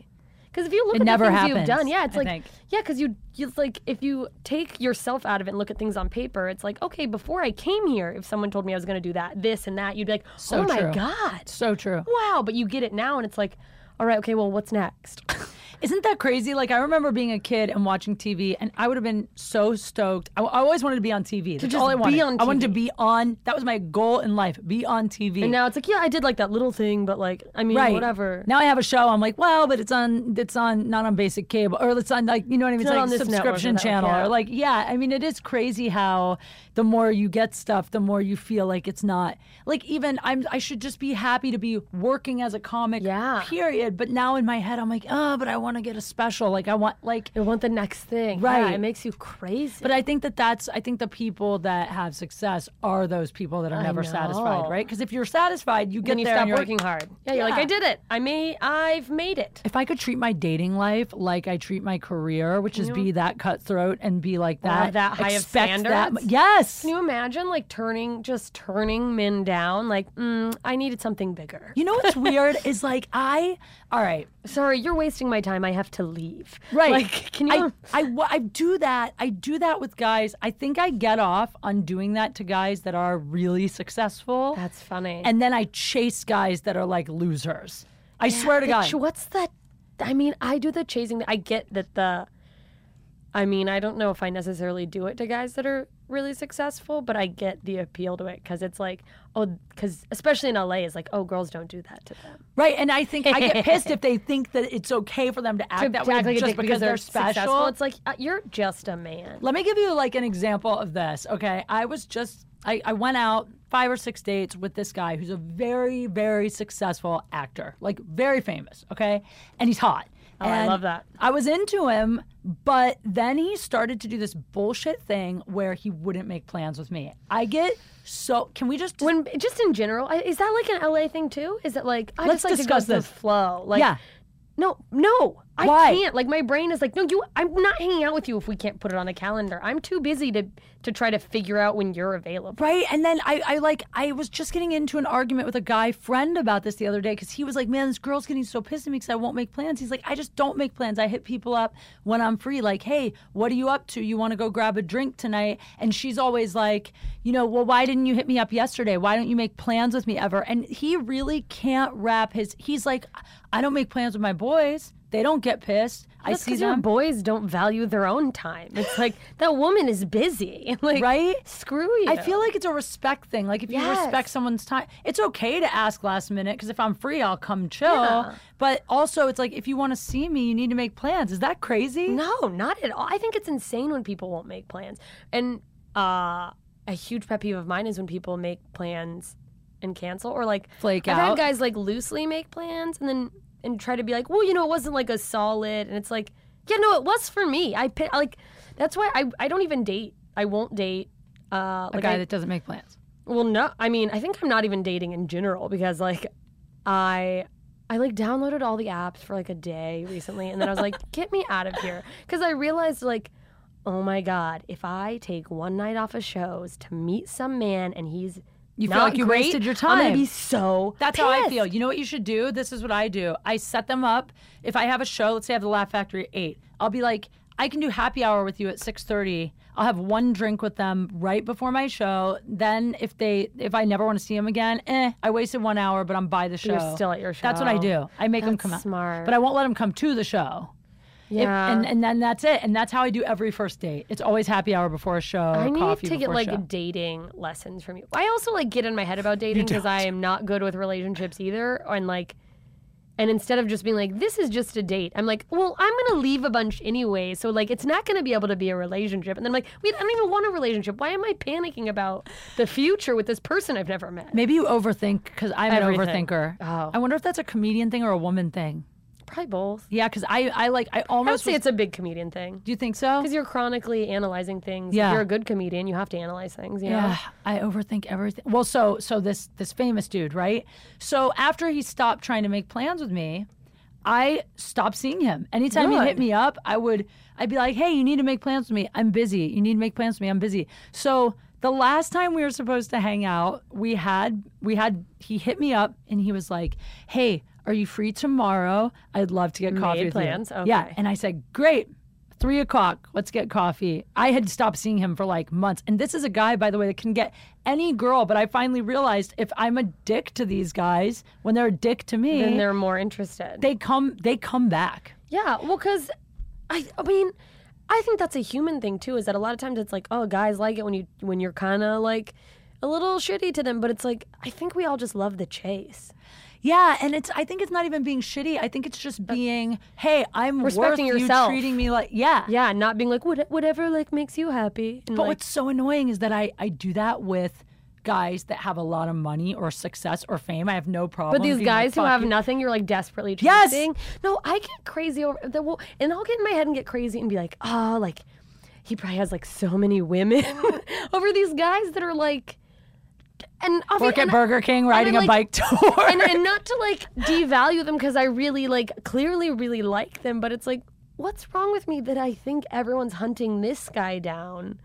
[SPEAKER 2] Because if you look
[SPEAKER 1] It
[SPEAKER 2] at
[SPEAKER 1] never
[SPEAKER 2] the things
[SPEAKER 1] happens,
[SPEAKER 2] you've done, yeah, it's
[SPEAKER 1] I
[SPEAKER 2] like
[SPEAKER 1] think.
[SPEAKER 2] yeah, because you, you it's like if you take yourself out of it and look at things on paper, it's like okay, before I came here, if someone told me I was going to do that, this and that, you'd be like,
[SPEAKER 1] So
[SPEAKER 2] oh
[SPEAKER 1] true.
[SPEAKER 2] my god,
[SPEAKER 1] So true.
[SPEAKER 2] wow. But you get it now, and it's like, all right, okay, well, what's next?
[SPEAKER 1] Isn't that crazy? Like I remember being a kid and watching TV, and I would have been so stoked. I, I always wanted to be on TV. That's
[SPEAKER 2] just
[SPEAKER 1] all I
[SPEAKER 2] be
[SPEAKER 1] wanted.
[SPEAKER 2] on
[SPEAKER 1] I wanted to be on. That was my goal in life: be on TV.
[SPEAKER 2] and now it's like, yeah, I did like that little thing, but like, I mean,
[SPEAKER 1] right.
[SPEAKER 2] whatever.
[SPEAKER 1] Now I have a show. I'm like, well, but it's on. It's on not on basic cable, or it's on like you know what I mean. It's,
[SPEAKER 2] not
[SPEAKER 1] like
[SPEAKER 2] on this network or
[SPEAKER 1] subscription
[SPEAKER 2] network,
[SPEAKER 1] channel,
[SPEAKER 2] yeah.
[SPEAKER 1] or like yeah. I mean, it is crazy how the more you get stuff, the more you feel like it's not like even I'm. I should just be happy to be working as a comic.
[SPEAKER 2] Yeah.
[SPEAKER 1] Period. But now in my head, I'm like, oh, but I want to get a special. Like I want like.
[SPEAKER 2] you want the next thing, Yeah,
[SPEAKER 1] Right.
[SPEAKER 2] it makes you crazy.
[SPEAKER 1] But I think that that's I think the people that have success are those people that are never satisfied,
[SPEAKER 2] know.
[SPEAKER 1] right? Because if you're satisfied, you get
[SPEAKER 2] then you
[SPEAKER 1] there
[SPEAKER 2] stop
[SPEAKER 1] and you're like,
[SPEAKER 2] working hard. Yeah, you're like,
[SPEAKER 1] Yeah.
[SPEAKER 2] I did it. I may, I've made it.
[SPEAKER 1] if I could treat my dating life like I treat my career, which is be that cutthroat and be like that,
[SPEAKER 2] Have that high of
[SPEAKER 1] expect that-
[SPEAKER 2] standards?
[SPEAKER 1] yes.
[SPEAKER 2] Can you imagine like turning, just turning men down? Like, mm, I needed something bigger.
[SPEAKER 1] You know what's weird is like I, all right,
[SPEAKER 2] Sorry, you're wasting my time. I have to leave.
[SPEAKER 1] right.
[SPEAKER 2] Like, can you?
[SPEAKER 1] I, I, wa- I do that. I do that with guys. I think I get off on doing that to guys that are really successful,
[SPEAKER 2] That's funny.
[SPEAKER 1] and then I chase guys that are like losers. I swear to
[SPEAKER 2] The
[SPEAKER 1] God.
[SPEAKER 2] ch- what's that? I mean, I do the chasing. I get that the. I mean, I don't know if I necessarily do it to guys that are really successful, but I get the appeal to it because it's like, oh, because especially in LA, it's like, oh, girls don't do that to them.
[SPEAKER 1] Right, and I think I get pissed if they think that it's okay for them to act that
[SPEAKER 2] To
[SPEAKER 1] way
[SPEAKER 2] act like a
[SPEAKER 1] just
[SPEAKER 2] dick
[SPEAKER 1] because, they're,
[SPEAKER 2] successful,
[SPEAKER 1] special.
[SPEAKER 2] It's like uh, you're just a man.
[SPEAKER 1] Let me give you like an example of this. Okay, I was just I, I went out five or six dates with this guy who's a very very successful actor, like very famous. Okay, and he's hot. Oh,
[SPEAKER 2] I love that.
[SPEAKER 1] I was into him, but then he started to do this bullshit thing where he wouldn't make plans with me. I get so. Can we just
[SPEAKER 2] When just in general, I, is that like an LA thing too? Is it like I
[SPEAKER 1] Let's
[SPEAKER 2] just like
[SPEAKER 1] discuss
[SPEAKER 2] to go with
[SPEAKER 1] this.
[SPEAKER 2] the flow? Like,
[SPEAKER 1] Yeah.
[SPEAKER 2] No, no, I
[SPEAKER 1] Why?
[SPEAKER 2] can't. Like my brain is like, no, you. I'm not hanging out with you if we can't put it on the calendar. I'm too busy to to try to figure out when you're available.
[SPEAKER 1] Right. And then I, I like, I was just getting into an argument with a guy friend about this the other day because he was like, man, this girl's getting so pissed at me because I won't make plans. He's like, I just don't make plans. I hit people up when I'm free, like, hey, what are you up to? You want to go grab a drink tonight? And she's always like, you know, well, why didn't you hit me up yesterday? Why don't you make plans with me ever? And he really can't wrap his, he's like, I don't make plans with my boys. They don't get pissed. I
[SPEAKER 2] That's
[SPEAKER 1] see
[SPEAKER 2] because your
[SPEAKER 1] them.
[SPEAKER 2] boys don't value their own time. It's like that woman is busy. Like,
[SPEAKER 1] Right?
[SPEAKER 2] Screw you.
[SPEAKER 1] I feel like it's a respect thing. Like if you
[SPEAKER 2] Yes.
[SPEAKER 1] respect someone's time, it's okay to ask last minute because if I'm free, I'll come chill.
[SPEAKER 2] Yeah.
[SPEAKER 1] But also, it's like if you want to see me, you need to make plans. Is that crazy?
[SPEAKER 2] No, not at all. I think it's insane when people won't make plans. And uh, a huge pet peeve of mine is when people make plans and cancel or like
[SPEAKER 1] Flake
[SPEAKER 2] I've
[SPEAKER 1] out.
[SPEAKER 2] had guys like loosely make plans and then and try to be like, well, you know, it wasn't like a solid, and it's like, yeah, no, it was for me. I pi- like that's why I I don't even date. I won't date. Uh,
[SPEAKER 1] A
[SPEAKER 2] like
[SPEAKER 1] guy
[SPEAKER 2] I-
[SPEAKER 1] that doesn't make plans.
[SPEAKER 2] well, no, I mean, I think I'm not even dating in general because like I I like downloaded all the apps for like a day recently and then I was like, "Get me out of here." Cuz I realized like Oh my God! If I take one night off of shows to meet some man and he's
[SPEAKER 1] You feel
[SPEAKER 2] not
[SPEAKER 1] like you
[SPEAKER 2] great,
[SPEAKER 1] wasted your
[SPEAKER 2] I'm gonna
[SPEAKER 1] time.
[SPEAKER 2] be so.
[SPEAKER 1] That's how I
[SPEAKER 2] pissed.
[SPEAKER 1] feel. You know what you should do? This is what I do. I set them up. If I have a show, let's say I have the Laugh Factory at eight, I'll be like, I can do happy hour with you at six thirty. I'll have one drink with them right before my show. Then if they if I never want to see them again, eh, I wasted one hour, but I'm by the show.
[SPEAKER 2] you're still at your
[SPEAKER 1] That's what I
[SPEAKER 2] show.
[SPEAKER 1] do. I make them
[SPEAKER 2] That's
[SPEAKER 1] come out,
[SPEAKER 2] smart.
[SPEAKER 1] but I won't let them come to the show. If-
[SPEAKER 2] Yeah.
[SPEAKER 1] and and then that's it. And that's how I do every first date. It's always happy hour before a show.
[SPEAKER 2] I
[SPEAKER 1] or
[SPEAKER 2] need
[SPEAKER 1] coffee
[SPEAKER 2] to get
[SPEAKER 1] before a
[SPEAKER 2] like
[SPEAKER 1] show.
[SPEAKER 2] dating lessons from you. I also like get in my head about dating because I am not good with relationships either. And like, and instead of just being like, this is just a date, I'm like, well, I'm gonna leave a bunch anyway, so like, it's not gonna be able to be a relationship. And then I'm like, wait, I don't even want a relationship. Why am I panicking about the future with this person I've never met?
[SPEAKER 1] Maybe you overthink because I'm an
[SPEAKER 2] Everything.
[SPEAKER 1] overthinker.
[SPEAKER 2] Oh.
[SPEAKER 1] I wonder if that's a comedian thing or a woman thing.
[SPEAKER 2] Probably both.
[SPEAKER 1] Yeah, because I, I like I
[SPEAKER 2] I would
[SPEAKER 1] almost
[SPEAKER 2] say
[SPEAKER 1] was-
[SPEAKER 2] it's a big comedian thing
[SPEAKER 1] Do you think so?
[SPEAKER 2] because you're chronically analyzing things.
[SPEAKER 1] Yeah.
[SPEAKER 2] If you're a good comedian, you have to analyze things. You know?
[SPEAKER 1] Yeah, I overthink everything. Well, so so this this famous dude, right? So after he stopped trying to make plans with me, I stopped seeing him. Anytime he hit
[SPEAKER 2] Good.
[SPEAKER 1] me up, I would I'd be like, "Hey, you need to make plans with me. I'm busy. You need to make plans with me. I'm busy." So the last time we were supposed to hang out, we had we had he hit me up and he was like, "Hey, Are you free tomorrow? I'd love to get coffee.
[SPEAKER 2] Made
[SPEAKER 1] with
[SPEAKER 2] plans?
[SPEAKER 1] You. Yeah.
[SPEAKER 2] Okay.
[SPEAKER 1] And I said, Great. Three o'clock. Let's get coffee. I had stopped seeing him for like months. And this is a guy, by the way, that can get any girl. But I finally realized if I'm a dick to these guys, when they're a dick to me,
[SPEAKER 2] Then they're more interested.
[SPEAKER 1] they come they come back.
[SPEAKER 2] yeah, well, because I, I mean, I think that's a human thing too. Is that a lot of times it's like, oh, guys like it when you when you're kind of like a little shitty to them, but it's like I think we all just love the chase,
[SPEAKER 1] Yeah, and it's I think it's not even being shitty. I think it's just being, hey, I'm
[SPEAKER 2] Respecting
[SPEAKER 1] worth
[SPEAKER 2] yourself.
[SPEAKER 1] you treating me like yeah.
[SPEAKER 2] yeah, and not being like what, whatever like makes you happy. And
[SPEAKER 1] But
[SPEAKER 2] like,
[SPEAKER 1] what's so annoying is that I, I do that with guys that have a lot of money or success or fame. I have no problem.
[SPEAKER 2] But these
[SPEAKER 1] being like,
[SPEAKER 2] guys who
[SPEAKER 1] "Fuck
[SPEAKER 2] have
[SPEAKER 1] you."
[SPEAKER 2] nothing, you're like desperately
[SPEAKER 1] Yes!
[SPEAKER 2] chasing. No, I get crazy over the well, and I'll get in my head and get crazy and be like, oh, like he probably has like so many women over these guys that are like, and obvi-
[SPEAKER 1] work at
[SPEAKER 2] and,
[SPEAKER 1] Burger King riding
[SPEAKER 2] then,
[SPEAKER 1] a bike
[SPEAKER 2] like-
[SPEAKER 1] tour.
[SPEAKER 2] and, and not to like devalue them because I really like clearly really like them, but it's like, what's wrong with me that I think everyone's hunting this guy down?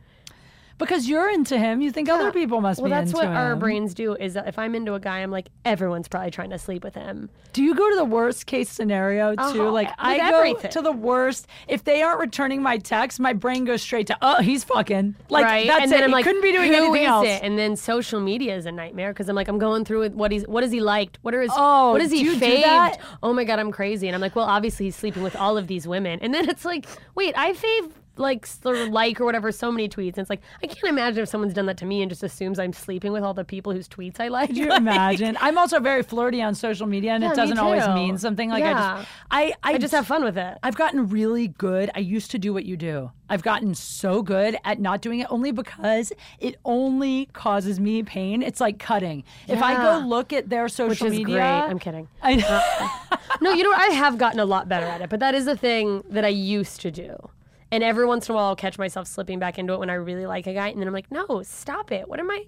[SPEAKER 1] because you're into him, you think other people must
[SPEAKER 2] Well,
[SPEAKER 1] be
[SPEAKER 2] that's
[SPEAKER 1] into
[SPEAKER 2] what
[SPEAKER 1] him.
[SPEAKER 2] our brains do. Is that if I'm into a guy, I'm like everyone's probably trying to sleep with him.
[SPEAKER 1] do you go to the worst case scenario too?
[SPEAKER 2] Uh-huh.
[SPEAKER 1] Like
[SPEAKER 2] With
[SPEAKER 1] I go
[SPEAKER 2] everything.
[SPEAKER 1] to the worst. If they aren't returning my text, my brain goes straight to oh he's fucking like
[SPEAKER 2] right?
[SPEAKER 1] that's
[SPEAKER 2] and then
[SPEAKER 1] it.
[SPEAKER 2] I'm
[SPEAKER 1] He
[SPEAKER 2] like,
[SPEAKER 1] couldn't be doing
[SPEAKER 2] "Who
[SPEAKER 1] anything
[SPEAKER 2] is
[SPEAKER 1] else.
[SPEAKER 2] It? And then social media is a nightmare because I'm like, I'm going through it. What he's, what has he liked? What are his,
[SPEAKER 1] Oh,
[SPEAKER 2] what is he
[SPEAKER 1] do you do
[SPEAKER 2] faved?
[SPEAKER 1] that?
[SPEAKER 2] Oh my god, I'm crazy. And I'm like, well, obviously he's sleeping with all of these women. And then it's like, wait, I fave like sort of like or whatever so many tweets. And it's like, I can't imagine if someone's done that to me and just assumes I'm sleeping with all the people whose tweets I like.
[SPEAKER 1] Could you
[SPEAKER 2] Like,
[SPEAKER 1] imagine? I'm also very flirty on social media, and it
[SPEAKER 2] Yeah, me
[SPEAKER 1] doesn't always
[SPEAKER 2] too.
[SPEAKER 1] mean something. Like I
[SPEAKER 2] Yeah.
[SPEAKER 1] just, I, I,
[SPEAKER 2] I just have fun with it.
[SPEAKER 1] I've gotten really good. I used to do what you do. I've gotten so good at not doing it only because it only causes me pain. It's like cutting. If I go
[SPEAKER 2] Yeah.
[SPEAKER 1] look at their social
[SPEAKER 2] Which is
[SPEAKER 1] media,
[SPEAKER 2] great. I'm kidding.
[SPEAKER 1] I
[SPEAKER 2] Uh, no, you know what? I have gotten a lot better at it, but that is a thing that I used to do. And every once in a while, I'll catch myself slipping back into it when I really like a guy, and then I'm like, no, stop it. What am I?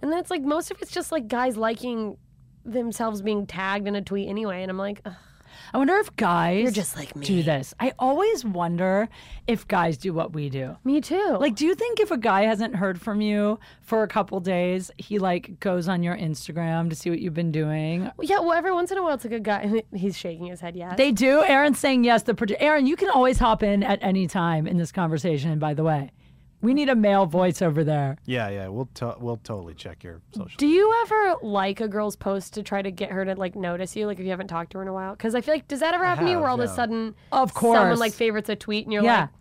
[SPEAKER 2] And then it's like most of it's just like guys liking themselves being tagged in a tweet anyway, and I'm like, ugh,
[SPEAKER 1] I wonder if guys
[SPEAKER 2] you're just like me.
[SPEAKER 1] do this. I always wonder if guys do what we do.
[SPEAKER 2] Me too.
[SPEAKER 1] Like, do you think if a guy hasn't heard from you for a couple days, he like goes on your Instagram to see what you've been doing?
[SPEAKER 2] yeah. Well, every once in a while, it's like a guy. He's shaking his head. Yeah.
[SPEAKER 1] They do. Aaron's saying yes. The produ- Aaron, you can always hop in at any time in this conversation. By the way, we need a male voice over there.
[SPEAKER 3] Yeah, yeah. We'll to- we'll totally check your social.
[SPEAKER 2] do you ever like a girl's post to try to get her to like notice you, like if you haven't talked to her in a while? Because I feel like does that ever happen to you,
[SPEAKER 3] have,
[SPEAKER 2] where all of a
[SPEAKER 3] yeah.
[SPEAKER 2] sudden,
[SPEAKER 1] Of
[SPEAKER 2] someone
[SPEAKER 1] course.
[SPEAKER 2] like favorites a tweet and you're like. Mm-hmm.
[SPEAKER 1] Yeah.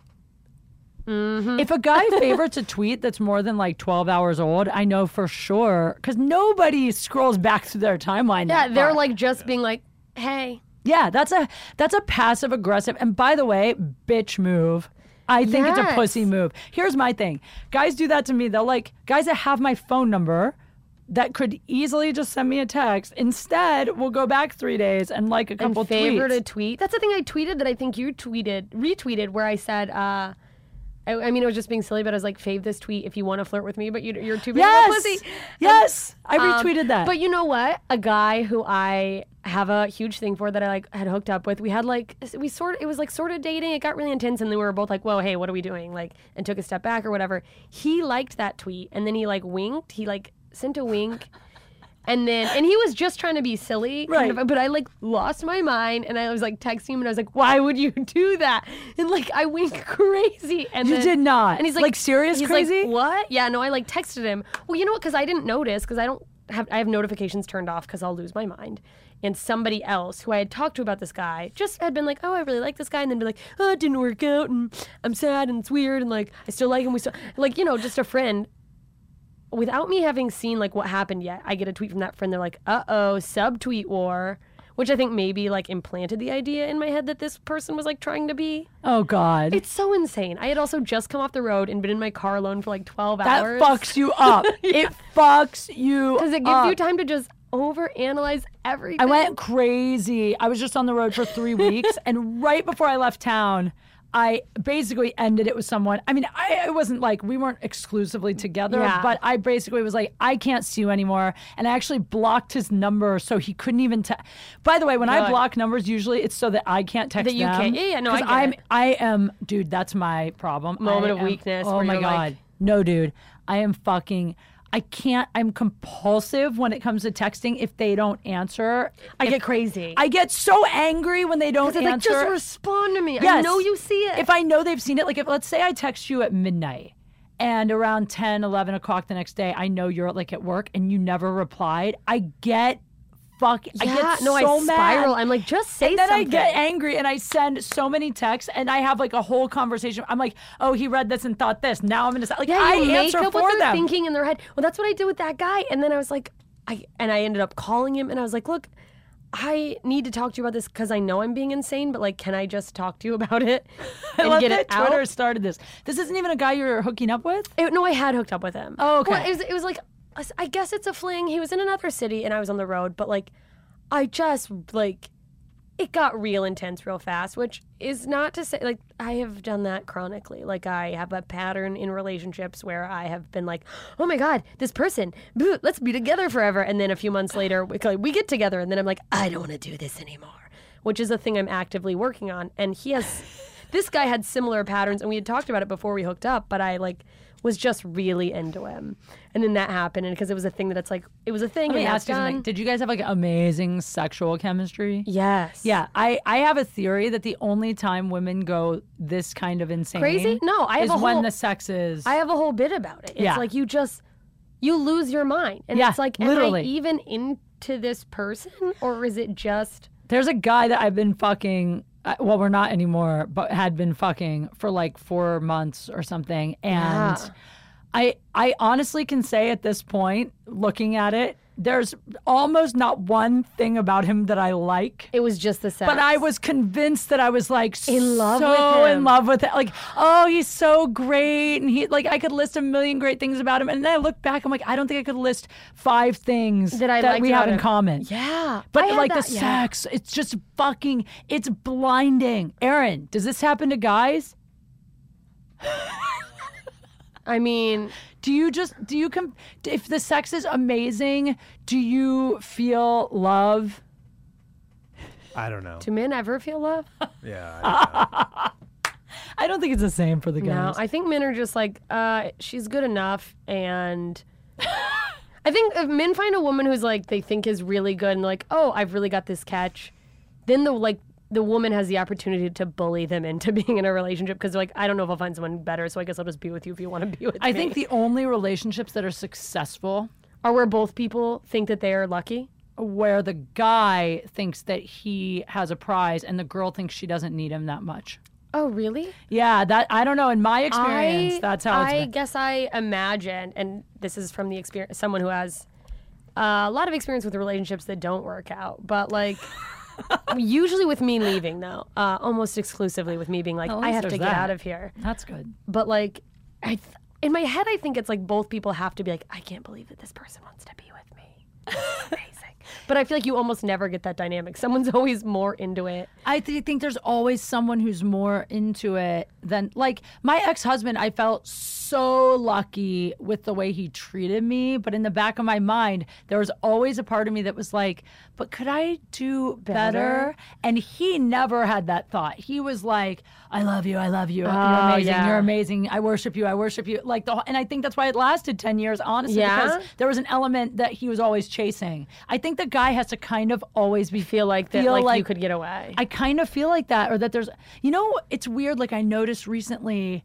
[SPEAKER 1] If a guy favorites a tweet that's more than like 12 hours old, I know for sure because nobody scrolls back through their timeline.
[SPEAKER 2] Yeah,
[SPEAKER 1] that
[SPEAKER 2] they're
[SPEAKER 1] far.
[SPEAKER 2] like just being like, "Hey."
[SPEAKER 1] yeah, that's a that's a passive aggressive. And by the way, bitch move. I think it's a
[SPEAKER 2] Yes.
[SPEAKER 1] pussy move. Here's my thing: guys do that to me. They'll like guys that have my phone number that could easily just send me a text. Instead, will go back three days and like a
[SPEAKER 2] And
[SPEAKER 1] couple
[SPEAKER 2] favorite
[SPEAKER 1] tweets.
[SPEAKER 2] a tweet. That's the thing I tweeted that I think you tweeted, retweeted, where I said, uh, I, I mean, I was just being silly, but I was like, "Fave this tweet if you want to flirt with me, but you, you're too big of a
[SPEAKER 1] yes,
[SPEAKER 2] pussy."
[SPEAKER 1] yes, I
[SPEAKER 2] Um,
[SPEAKER 1] retweeted that.
[SPEAKER 2] But you know what? A guy who I have a huge thing for that I like had hooked up with. We had like we sort it was like sort of dating. It got really intense, and then we were both like, "Whoa, hey, what are we doing?" Like, and took a step back or whatever. He liked that tweet, and then he like winked. He like sent a wink. And then, and he was just trying to be silly, kind
[SPEAKER 1] Right.
[SPEAKER 2] of, but I like lost my mind, and I was like texting him, and I was like, "Why would you do that?" And like I went crazy. And
[SPEAKER 1] You
[SPEAKER 2] then-
[SPEAKER 1] did not.
[SPEAKER 2] And he's like,
[SPEAKER 1] Like, serious
[SPEAKER 2] he's
[SPEAKER 1] crazy?
[SPEAKER 2] Like, what? Yeah, no, I like texted him. Well, you know what? Because I didn't notice because I don't have I have notifications turned off because I'll lose my mind. And somebody else who I had talked to about this guy just had been like, oh, I really like this guy, and then be like, oh, it didn't work out, and I'm sad, and it's weird, and like I still like him. We still like you know just a friend. Without me having seen like what happened yet, I get a tweet from that friend. They're like, uh oh, subtweet war. Which I think maybe like implanted the idea in my head that this person was like trying to be.
[SPEAKER 1] oh God,
[SPEAKER 2] It's so insane. I had also just come off the road and been in my car alone for like 12
[SPEAKER 1] that
[SPEAKER 2] hours.
[SPEAKER 1] fucks you up. It fucks you.
[SPEAKER 2] Because it gives
[SPEAKER 1] up.
[SPEAKER 2] you time to just overanalyze everything.
[SPEAKER 1] I went crazy. I was just on the road for three weeks, and right before I left town, I basically ended it with someone. I mean, I it wasn't like we weren't exclusively together,
[SPEAKER 2] Yeah.
[SPEAKER 1] but I basically was like, I can't see you anymore, and I actually blocked his number so he couldn't even. Te- By the way, when I
[SPEAKER 2] Good.
[SPEAKER 1] block numbers, usually it's so that I can't text
[SPEAKER 2] That you
[SPEAKER 1] them.
[SPEAKER 2] can't- yeah, yeah, no, I
[SPEAKER 1] 'Cause
[SPEAKER 2] get
[SPEAKER 1] I'm,
[SPEAKER 2] it.
[SPEAKER 1] I am, dude. That's my problem.
[SPEAKER 2] Moment
[SPEAKER 1] I
[SPEAKER 2] of
[SPEAKER 1] am-
[SPEAKER 2] weakness
[SPEAKER 1] Oh
[SPEAKER 2] where
[SPEAKER 1] my
[SPEAKER 2] you're
[SPEAKER 1] god,
[SPEAKER 2] like-
[SPEAKER 1] no, dude. I am fucking. I can't. I'm compulsive when it comes to texting. If they don't answer,
[SPEAKER 2] I get crazy.
[SPEAKER 1] I get so angry when they don't
[SPEAKER 2] It's
[SPEAKER 1] answer.
[SPEAKER 2] like just respond to me. I
[SPEAKER 1] Yes.
[SPEAKER 2] know you see it.
[SPEAKER 1] If I know they've seen it, like if let's say I text you at midnight and around 10, 11 o'clock the next day, I know you're like at work and you never replied, I get fuck. I
[SPEAKER 2] yeah,
[SPEAKER 1] get
[SPEAKER 2] no,
[SPEAKER 1] so
[SPEAKER 2] I spiral.
[SPEAKER 1] mad.
[SPEAKER 2] I'm like, just say
[SPEAKER 1] and then
[SPEAKER 2] something.
[SPEAKER 1] I get angry and I send so many texts and I have like a whole conversation. I'm like, oh, he read this and thought this. Now I'm gonna say, like
[SPEAKER 2] Yeah,
[SPEAKER 1] I
[SPEAKER 2] you make
[SPEAKER 1] answer
[SPEAKER 2] up
[SPEAKER 1] for
[SPEAKER 2] what they're
[SPEAKER 1] them.
[SPEAKER 2] thinking in their head. Well, that's what I did with that guy, and then I was like, I and I ended up calling him, and I was like, look, I need to talk to you about this because I know I'm being insane, but like, can I just talk to you about it
[SPEAKER 1] I
[SPEAKER 2] and
[SPEAKER 1] love
[SPEAKER 2] get
[SPEAKER 1] that
[SPEAKER 2] it out?
[SPEAKER 1] Twitter started this. This isn't even a guy you're hooking up with.
[SPEAKER 2] It- no, I had hooked up with him.
[SPEAKER 1] Oh, okay.
[SPEAKER 2] Well, it was, it was like, I guess it's a fling. He was in another city, and I was on the road, but like, I just like. It got real intense real fast, which is not to say like I have done that chronically. Like I have a pattern in relationships where I have been like, "Oh my god, this person, boo, let's be together forever," and then a few months later, we, like, we get together, and then I'm like, "I don't want to do this anymore," which is a thing I'm actively working on. And he has, this guy had similar patterns, and we had talked about it before we hooked up, but I like was just really into him, and then that happened, and because it was a thing that it's like it was a thing.
[SPEAKER 1] Let me
[SPEAKER 2] and
[SPEAKER 1] ask you
[SPEAKER 2] that's
[SPEAKER 1] something.
[SPEAKER 2] done.
[SPEAKER 1] Did you guys have like amazing sexual chemistry?
[SPEAKER 2] Yes.
[SPEAKER 1] Yeah, I, I have a theory that the only time women go this kind of insane
[SPEAKER 2] Crazy? No, I have
[SPEAKER 1] is
[SPEAKER 2] a
[SPEAKER 1] when
[SPEAKER 2] whole-
[SPEAKER 1] the sex is
[SPEAKER 2] I have a whole bit about it. It's
[SPEAKER 1] Yeah.
[SPEAKER 2] like you just you lose your mind, and
[SPEAKER 1] Yeah,
[SPEAKER 2] it's like,
[SPEAKER 1] literally.
[SPEAKER 2] am I even into this person, or is it just?
[SPEAKER 1] There's a guy that I've been fucking uh, well we're not anymore but had been fucking for like 4 months or something and
[SPEAKER 2] Yeah.
[SPEAKER 1] I I honestly can say at this point looking at it there's almost not one thing about him that I like.
[SPEAKER 2] It was just the sex.
[SPEAKER 1] But I was convinced that I was like
[SPEAKER 2] In love
[SPEAKER 1] so
[SPEAKER 2] with him.
[SPEAKER 1] in love with it. Like, oh, he's so great, and he like I could list a million great things about him. And then I look back, I'm like, I don't think I could list five things
[SPEAKER 2] That I liked
[SPEAKER 1] we have
[SPEAKER 2] about
[SPEAKER 1] in
[SPEAKER 2] him.
[SPEAKER 1] common.
[SPEAKER 2] Yeah,
[SPEAKER 1] But
[SPEAKER 2] I had
[SPEAKER 1] like
[SPEAKER 2] that-
[SPEAKER 1] the
[SPEAKER 2] yeah.
[SPEAKER 1] sex, it's just fucking, it's blinding. Aaron, does this happen to guys?
[SPEAKER 2] I mean,
[SPEAKER 1] Do you just do you com- if the sex is amazing, do you feel love?
[SPEAKER 3] I don't know.
[SPEAKER 2] do men ever feel love?
[SPEAKER 3] Yeah, I don't know.
[SPEAKER 1] I don't think it's the same for the
[SPEAKER 2] No,
[SPEAKER 1] guys.
[SPEAKER 2] I think men are just like, uh, she's good enough, and I think if men find a woman who's like they think is really good and like, oh, I've really got this catch, then the like the woman has the opportunity to bully them into being in a relationship because they're like, I don't know if I'll find someone better, so I guess I'll just be with you if you want to be with
[SPEAKER 1] I,
[SPEAKER 2] me.
[SPEAKER 1] think the only relationships that are successful
[SPEAKER 2] are where both people think that they are lucky.
[SPEAKER 1] where the guy thinks that he has a prize and the girl thinks she doesn't need him that much.
[SPEAKER 2] Oh, really?
[SPEAKER 1] Yeah, that I don't know. In my experience,
[SPEAKER 2] I,
[SPEAKER 1] that's how
[SPEAKER 2] I
[SPEAKER 1] it's been.
[SPEAKER 2] guess I imagine, and this is from the experience someone who has uh, a lot of experience with relationships that don't work out, but like. Usually with me leaving though, uh, almost exclusively with me being like,
[SPEAKER 1] At
[SPEAKER 2] I
[SPEAKER 1] least
[SPEAKER 2] have to
[SPEAKER 1] Oh, there's
[SPEAKER 2] get
[SPEAKER 1] that.
[SPEAKER 2] out of here.
[SPEAKER 1] That's good.
[SPEAKER 2] But like, I th- in my head, I think it's like both people have to be like, I can't believe that this person wants to be with me. This is amazing. but I feel like you almost never get that dynamic. Someone's always more into it.
[SPEAKER 1] I th- think there's always someone who's more into it than like my ex-husband. I felt so lucky with the way he treated me, but in the back of my mind, there was always a part of me that was like, "But could I do better?"
[SPEAKER 2] Better?
[SPEAKER 1] And he never had that thought. He was like, "I love you, I love you, you're
[SPEAKER 2] Oh,
[SPEAKER 1] amazing,
[SPEAKER 2] yeah.
[SPEAKER 1] you're amazing, I worship you, I worship you." Like the, whole- and I think that's why it lasted ten years, honestly,
[SPEAKER 2] Yeah?
[SPEAKER 1] because there was an element that he was always chasing. I think the guy has to kind of always be
[SPEAKER 2] Feel like that,
[SPEAKER 1] Feel
[SPEAKER 2] like, you
[SPEAKER 1] like-
[SPEAKER 2] could get away.
[SPEAKER 1] I kind of feel like that, or that there's, you know, it's weird. Like I noticed recently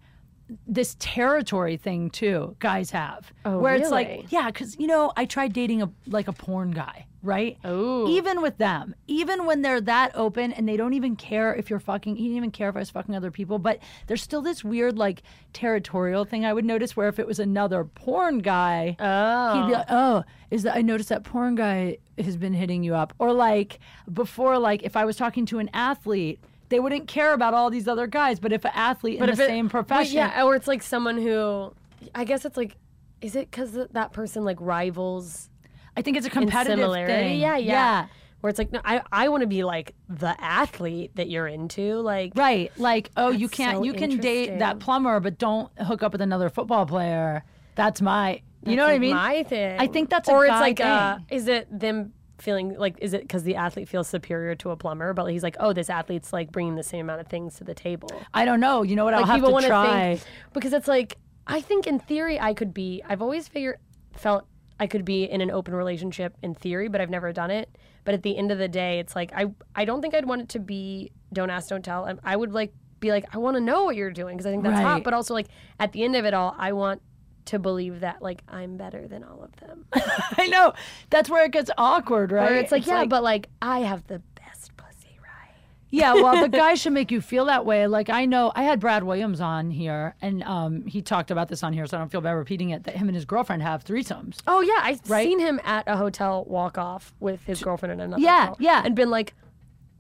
[SPEAKER 1] this territory thing too guys have
[SPEAKER 2] Oh,
[SPEAKER 1] where it's like
[SPEAKER 2] really?
[SPEAKER 1] yeah because you know i tried dating a like a porn guy right
[SPEAKER 2] Ooh.
[SPEAKER 1] even with them even when they're that open and they don't even care if you're fucking he didn't even care if i was fucking other people but there's still this weird like territorial thing i would notice where if it was another porn guy
[SPEAKER 2] oh,
[SPEAKER 1] He'd be like, "Oh, is that I noticed that porn guy has been hitting you up?" Or like before, like if I was talking to an athlete, they wouldn't care about all these other guys. But if an athlete in the
[SPEAKER 2] if it-
[SPEAKER 1] same
[SPEAKER 2] but
[SPEAKER 1] profession,
[SPEAKER 2] yeah, or it's like someone who, I guess it's like, is it because that person like rivals
[SPEAKER 1] I think it's a
[SPEAKER 2] in
[SPEAKER 1] competitive
[SPEAKER 2] similarity?
[SPEAKER 1] thing.
[SPEAKER 2] Yeah, yeah, Where it's like, no, I, I want to be like the athlete that you're into, like
[SPEAKER 1] right. Like, oh, you
[SPEAKER 2] That's
[SPEAKER 1] can't,
[SPEAKER 2] so
[SPEAKER 1] you can date that
[SPEAKER 2] interesting.
[SPEAKER 1] plumber, but don't hook up with another football player. That's my, you know what
[SPEAKER 2] that's
[SPEAKER 1] I
[SPEAKER 2] like
[SPEAKER 1] mean?
[SPEAKER 2] My thing.
[SPEAKER 1] I think that's a
[SPEAKER 2] or it's
[SPEAKER 1] guy
[SPEAKER 2] like, Uh,
[SPEAKER 1] thing.
[SPEAKER 2] is it them feeling like is it because the athlete feels superior to a plumber, but he's like, oh, this athlete's like bringing the same amount of things to the table.
[SPEAKER 1] I don't know. You know what?
[SPEAKER 2] Like
[SPEAKER 1] I'll have
[SPEAKER 2] people
[SPEAKER 1] to
[SPEAKER 2] want to
[SPEAKER 1] try.
[SPEAKER 2] think because it's like I think in theory I could be. I've always figured felt I could be in an open relationship in theory, but I've never done it. But at the end of the day, it's like I I don't think I'd want it to be don't ask, don't tell. I, I would like be like I want to know what you're doing because I think that's
[SPEAKER 1] Right.
[SPEAKER 2] hot. But also like at the end of it all, I want to believe that like I'm better than all of them.
[SPEAKER 1] I know. That's where it gets awkward, right?
[SPEAKER 2] Or it's like yeah, but like I have the best pussy, right?
[SPEAKER 1] Yeah, well, the guy should make you feel that way. Like I know I had Brad Williams on here, and um, he talked about this on here, so I don't feel bad repeating it. That him and his girlfriend have threesomes.
[SPEAKER 2] Oh yeah, I've seen him at a hotel walk off with his girlfriend and another.
[SPEAKER 1] Yeah,
[SPEAKER 2] girl
[SPEAKER 1] yeah.
[SPEAKER 2] and been like,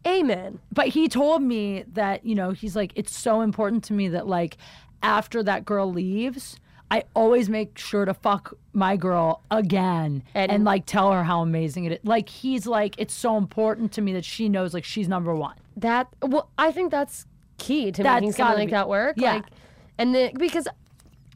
[SPEAKER 2] Amen.
[SPEAKER 1] But he told me that you know he's like it's so important to me that like after that girl leaves. I always make sure to fuck my girl again and,
[SPEAKER 2] And-
[SPEAKER 1] like tell her how amazing it is. Like he's like it's so important to me that she knows like she's number one.
[SPEAKER 2] That well, I think that's key to
[SPEAKER 1] That's
[SPEAKER 2] making
[SPEAKER 1] gotta
[SPEAKER 2] something like
[SPEAKER 1] be-
[SPEAKER 2] that work.
[SPEAKER 1] yeah.
[SPEAKER 2] Like, and then because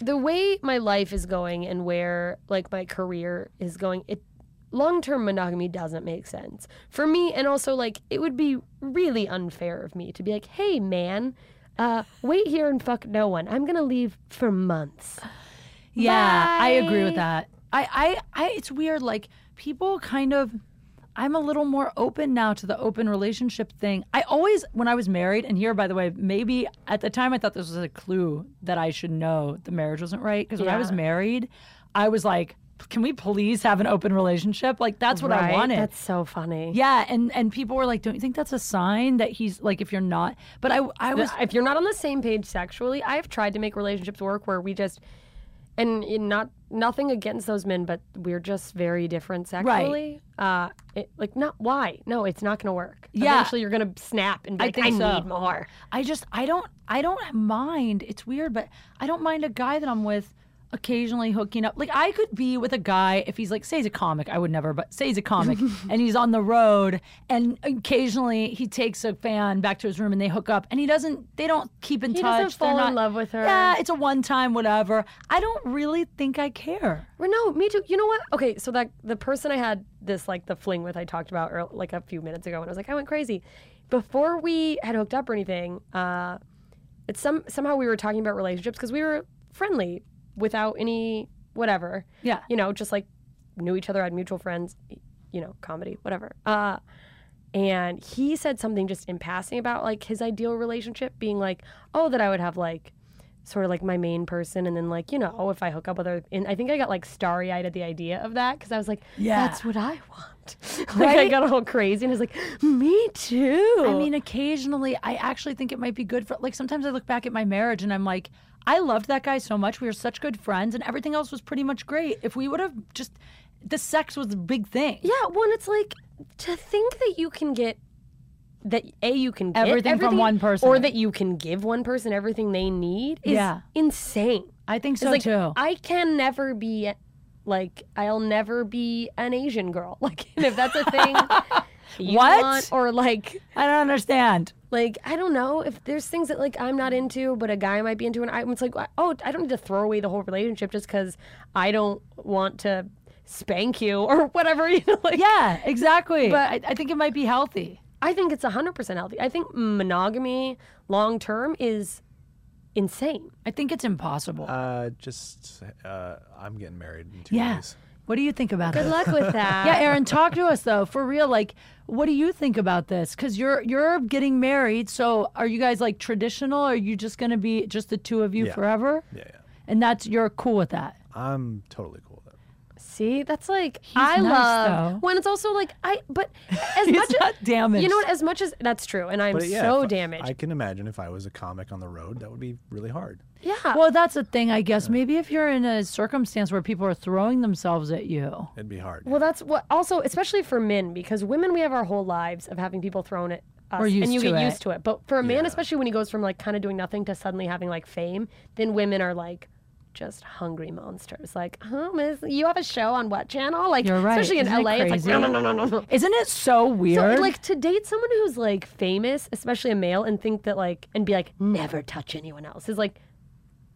[SPEAKER 2] the way my life is going and where like my career is going, it long term monogamy doesn't make sense for me. And also like it would be really unfair of me to be like, hey man, uh, wait here and fuck no one. I'm gonna leave for months.
[SPEAKER 1] Yeah, I agree with
[SPEAKER 2] Bye.
[SPEAKER 1] that. I, I, I, it's weird. Like people kind of, I'm a little more open now to the open relationship thing. I always, when I was married, and here, by the way, maybe at the time I thought this was a clue that I should know the marriage wasn't right. Because when I was
[SPEAKER 2] Yeah.
[SPEAKER 1] married, I was like, can we please have an open relationship? Like that's what I
[SPEAKER 2] Right?
[SPEAKER 1] wanted.
[SPEAKER 2] That's so funny.
[SPEAKER 1] yeah, and and people were like, "Don't you think that's a sign that he's like if you're not?" But I I was
[SPEAKER 2] if you're not on the same page sexually, I've tried to make relationships work where we just and in not nothing against those men, but we're just very different sexually. Uh, it, like not why? No, it's not going to work.
[SPEAKER 1] Yeah.
[SPEAKER 2] Eventually, you're going to snap and be
[SPEAKER 1] I
[SPEAKER 2] like,
[SPEAKER 1] think
[SPEAKER 2] I
[SPEAKER 1] so.
[SPEAKER 2] need more.
[SPEAKER 1] I just I don't I don't mind. It's weird, but I don't mind a guy that I'm with occasionally hooking up. Like I could be with a guy if he's like say he's a comic, I would never, but say he's a comic and he's on the road and occasionally he takes a fan back to his room and they hook up and he doesn't they don't keep in
[SPEAKER 2] He
[SPEAKER 1] touch.
[SPEAKER 2] doesn't fall
[SPEAKER 1] They're
[SPEAKER 2] in
[SPEAKER 1] not-
[SPEAKER 2] love with her.
[SPEAKER 1] Yeah, it's a one time whatever. I don't really think I care.
[SPEAKER 2] Well, no, me too. You know what? Okay, so that the person I had this like the fling with I talked about earl like a few minutes ago when I was like I went crazy. Before we had hooked up or anything, uh, it's some somehow we were talking about relationships because we were friendly without any whatever.
[SPEAKER 1] Yeah.
[SPEAKER 2] You know, just like knew each other, had mutual friends. You know, comedy, whatever. Uh, and he said something just in passing about like his ideal relationship being like, oh, that I would have like sort of like my main person and then like you know if i hook up with her and i think i got like starry-eyed at the idea of that because i was like
[SPEAKER 1] Yeah.
[SPEAKER 2] that's what i want like i
[SPEAKER 1] Right?
[SPEAKER 2] got all crazy and i was like me too
[SPEAKER 1] I mean, occasionally, I actually think it might be good for. Like, sometimes I look back at my marriage and I'm like, I loved that guy so much. We were such good friends, and everything else was pretty much great. If we would have just, the sex was the big thing.
[SPEAKER 2] yeah one it's like to think that you can get that a you can get
[SPEAKER 1] Everything from one person.
[SPEAKER 2] or that you can give one person everything they need is
[SPEAKER 1] Yeah.
[SPEAKER 2] insane
[SPEAKER 1] I think so
[SPEAKER 2] It's like
[SPEAKER 1] too.
[SPEAKER 2] I can never be like I'll never be an Asian girl. Like if that's a thing you
[SPEAKER 1] What?
[SPEAKER 2] want, or like
[SPEAKER 1] I don't understand.
[SPEAKER 2] like I don't know if there's things that like I'm not into, but a guy might be into, and I'm it's like oh I don't need to throw away the whole relationship just because I don't want to spank you or whatever. You know, like
[SPEAKER 1] Yeah, exactly.
[SPEAKER 2] But-
[SPEAKER 1] But I, I think it might be healthy.
[SPEAKER 2] I think it's hundred percent healthy. I think monogamy long term is insane.
[SPEAKER 1] I think it's impossible.
[SPEAKER 3] Uh, just uh, I'm getting married in two
[SPEAKER 1] yeah.
[SPEAKER 3] days.
[SPEAKER 1] What do you think about
[SPEAKER 2] Good
[SPEAKER 1] this?
[SPEAKER 2] luck with that.
[SPEAKER 1] Yeah, Aaron, talk to us though, for real. Like, what do you think about this? Because you're you're getting married, so are you guys like traditional? Or are you just gonna be just the two of you
[SPEAKER 3] Yeah.
[SPEAKER 1] forever?
[SPEAKER 3] Yeah, yeah.
[SPEAKER 1] And that's you're cool with that.
[SPEAKER 3] I'm totally cool with it.
[SPEAKER 2] See, that's like I
[SPEAKER 1] nice,
[SPEAKER 2] love
[SPEAKER 1] though.
[SPEAKER 2] when it's also like I. But as
[SPEAKER 1] He's
[SPEAKER 2] much
[SPEAKER 1] not
[SPEAKER 2] as
[SPEAKER 1] damaged.
[SPEAKER 2] you know what, as much as that's true, and I'm
[SPEAKER 3] But yeah,
[SPEAKER 2] so
[SPEAKER 3] if-
[SPEAKER 2] damaged.
[SPEAKER 3] I can imagine if I was a comic on the road, that would be really hard.
[SPEAKER 2] yeah,
[SPEAKER 1] Well, that's the thing, I guess. Maybe if you're in a circumstance where people are throwing themselves at you.
[SPEAKER 3] It'd be hard.
[SPEAKER 2] Well, that's what also, especially for men, because women, we have our whole lives of having people thrown at us,
[SPEAKER 1] We're used
[SPEAKER 2] and you
[SPEAKER 1] to
[SPEAKER 2] get
[SPEAKER 1] it.
[SPEAKER 2] used to it. But for a man, especially when he goes from like kind of doing nothing to suddenly having like fame, then women are like just hungry monsters. Like, oh, miss, you have a show on what channel? Like,
[SPEAKER 1] You're right.
[SPEAKER 2] especially in
[SPEAKER 1] Isn't it
[SPEAKER 2] LA, it's
[SPEAKER 1] crazy?
[SPEAKER 2] like no, no, no, no, no, no.
[SPEAKER 1] Isn't it so
[SPEAKER 2] So,
[SPEAKER 1] weird?
[SPEAKER 2] like to date someone who's like famous, especially a male, and think that like and be like never touch anyone else is like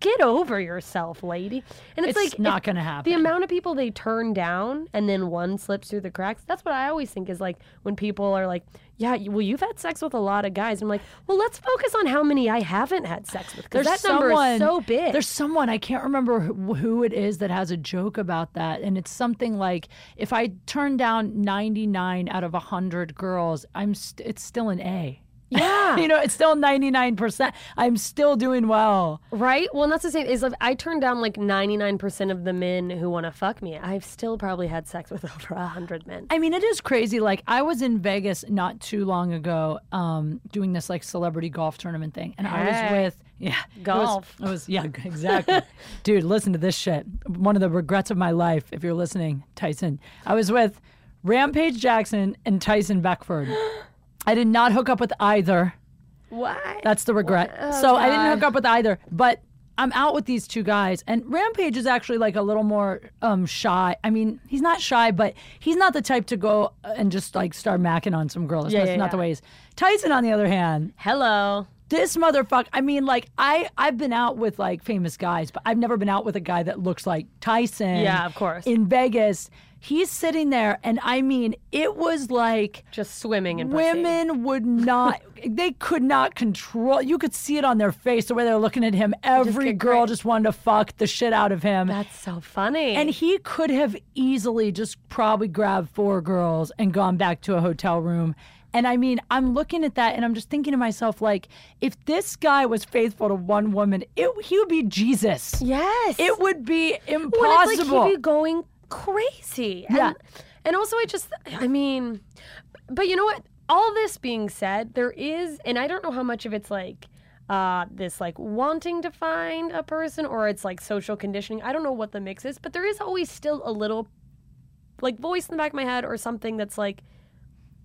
[SPEAKER 2] get over yourself, lady. And it's,
[SPEAKER 1] It's
[SPEAKER 2] like
[SPEAKER 1] not
[SPEAKER 2] if
[SPEAKER 1] gonna happen.
[SPEAKER 2] The amount of people they turn down and then one slips through the cracks. That's what I always think is like when people are like, "Yeah, you- well, you've had sex with a lot of guys." I'm like, "Well, let's focus on how many I haven't had sex with because that number is so big."
[SPEAKER 1] There's someone I can't remember who, who it is that has a joke about that, and it's something like if I turn down 99 out of 100 girls, I'm st- it's still an A.
[SPEAKER 2] yeah,
[SPEAKER 1] You know, it's still 99%. I'm still doing well.
[SPEAKER 2] right. Well, and that's the same. Is like I turned down like 99 percent of the men who want to fuck me. I've still probably had sex with over a hundred men.
[SPEAKER 1] I mean, it is crazy. Like I was in Vegas not too long ago, um, doing this like celebrity golf tournament thing, and I was
[SPEAKER 2] Hey.
[SPEAKER 1] with yeah it was-
[SPEAKER 2] Golf.
[SPEAKER 1] It was, yeah g- exactly, dude. Listen to this shit. One of the regrets of my life, if you're listening, Tyson. I was with Rampage Jackson and Tyson Beckford. I did not hook up with either.
[SPEAKER 2] What?
[SPEAKER 1] That's the regret.
[SPEAKER 2] Oh,
[SPEAKER 1] so I didn't hook up with either, but I'm out with these two guys. And Rampage is actually like a little more um, shy. I mean, he's not shy, but he's not the type to go uh, and just like start macking on some girl. That's
[SPEAKER 2] Yeah,
[SPEAKER 1] not-
[SPEAKER 2] yeah,
[SPEAKER 1] not the
[SPEAKER 2] yeah.
[SPEAKER 1] way he is. Tyson, on the other hand,
[SPEAKER 2] Hello.
[SPEAKER 1] this motherfucker. I mean, like I I've been out with like famous guys, but I've never been out with a guy that looks like Tyson.
[SPEAKER 2] Yeah, of course.
[SPEAKER 1] In Vegas, he's sitting there, and I mean, it was like
[SPEAKER 2] Just swimming in pussy.
[SPEAKER 1] women would not they could not control you could see it on their face the way they're looking at him every
[SPEAKER 2] get
[SPEAKER 1] girl
[SPEAKER 2] cra-
[SPEAKER 1] just wanted to fuck the shit out of him
[SPEAKER 2] That's so funny.
[SPEAKER 1] and he could have easily just probably grabbed four girls and gone back to a hotel room and I mean, I'm looking at that and I'm just thinking to myself, like, if this guy was faithful to one woman, it, he would be Jesus.
[SPEAKER 2] yes,
[SPEAKER 1] It would be impossible.
[SPEAKER 2] Well, and it's like he'd be going crazy. And,
[SPEAKER 1] Yeah.
[SPEAKER 2] and also I just, I mean, but you know what? All this being said, there is, and I don't know how much of it's like uh, this like wanting to find a person or it's like social conditioning. I don't know what the mix is, but there is always still a little like voice in the back of my head or something that's like,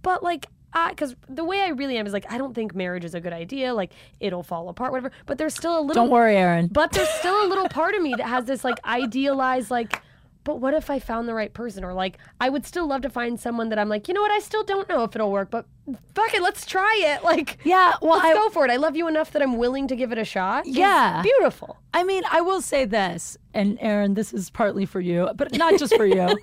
[SPEAKER 2] but like because the way I really am is like I don't think marriage is a good idea. Like it'll fall apart, whatever. But there's still a little
[SPEAKER 1] Don't worry, Aaron.
[SPEAKER 2] but there's still a little part of me that has this like idealized like but what if I found the right person or like I would still love to find someone that I'm like, you know what, I still don't know if it'll work, but fuck it, let's try it. Like
[SPEAKER 1] yeah, well,
[SPEAKER 2] let's
[SPEAKER 1] I,
[SPEAKER 2] go for it. I love you enough that I'm willing to give it a shot. It's
[SPEAKER 1] Yeah.
[SPEAKER 2] beautiful.
[SPEAKER 1] I mean, I will say this, and Aaron, this is partly for you, but not just for you.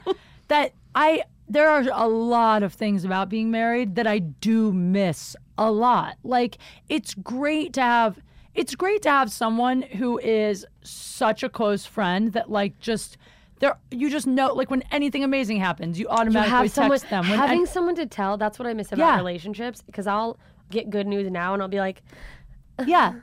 [SPEAKER 1] that I there are a lot of things about being married that I do miss a lot. Like it's great to have it's great to have someone who is such a close friend that like just there you just know like when anything amazing happens, you automatically
[SPEAKER 2] have
[SPEAKER 1] text
[SPEAKER 2] someone
[SPEAKER 1] them. When
[SPEAKER 2] having
[SPEAKER 1] an-
[SPEAKER 2] someone to tell, that's what I miss about
[SPEAKER 1] Yeah.
[SPEAKER 2] relationships because I'll get good news now and I'll be like,
[SPEAKER 1] yeah.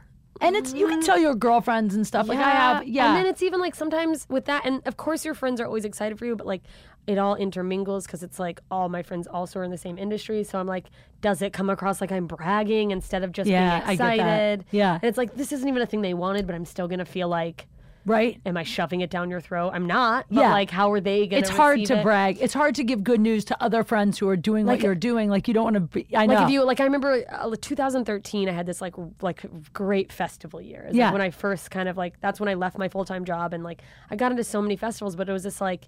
[SPEAKER 1] And it's you can tell your girlfriends and stuff. Like I have yeah.
[SPEAKER 2] And then it's even like sometimes with that, and of course your friends are always excited for you, but like it all intermingles because it's like all my friends also are in the same industry. So I'm like, does it come across like I'm bragging instead of just
[SPEAKER 1] Yeah,
[SPEAKER 2] being
[SPEAKER 1] I get that.
[SPEAKER 2] excited?
[SPEAKER 1] Yeah.
[SPEAKER 2] And it's like this isn't even a thing they wanted, but I'm still gonna feel like,
[SPEAKER 1] right?
[SPEAKER 2] am I shoving it down your throat? I'm not. But
[SPEAKER 1] Yeah.
[SPEAKER 2] like, how are they gonna?
[SPEAKER 1] it's hard
[SPEAKER 2] receive
[SPEAKER 1] to
[SPEAKER 2] it?
[SPEAKER 1] brag. It's hard to give good news to other friends who are doing what
[SPEAKER 2] Like-
[SPEAKER 1] you're doing. Like you don't want to be. I know.
[SPEAKER 2] Like if you like, I remember uh, 2013. I had this like r- like great festival year. It was, like,
[SPEAKER 1] Yeah.
[SPEAKER 2] when I first kind of like that's when I left my full time job and like I got into so many festivals, but it was just like,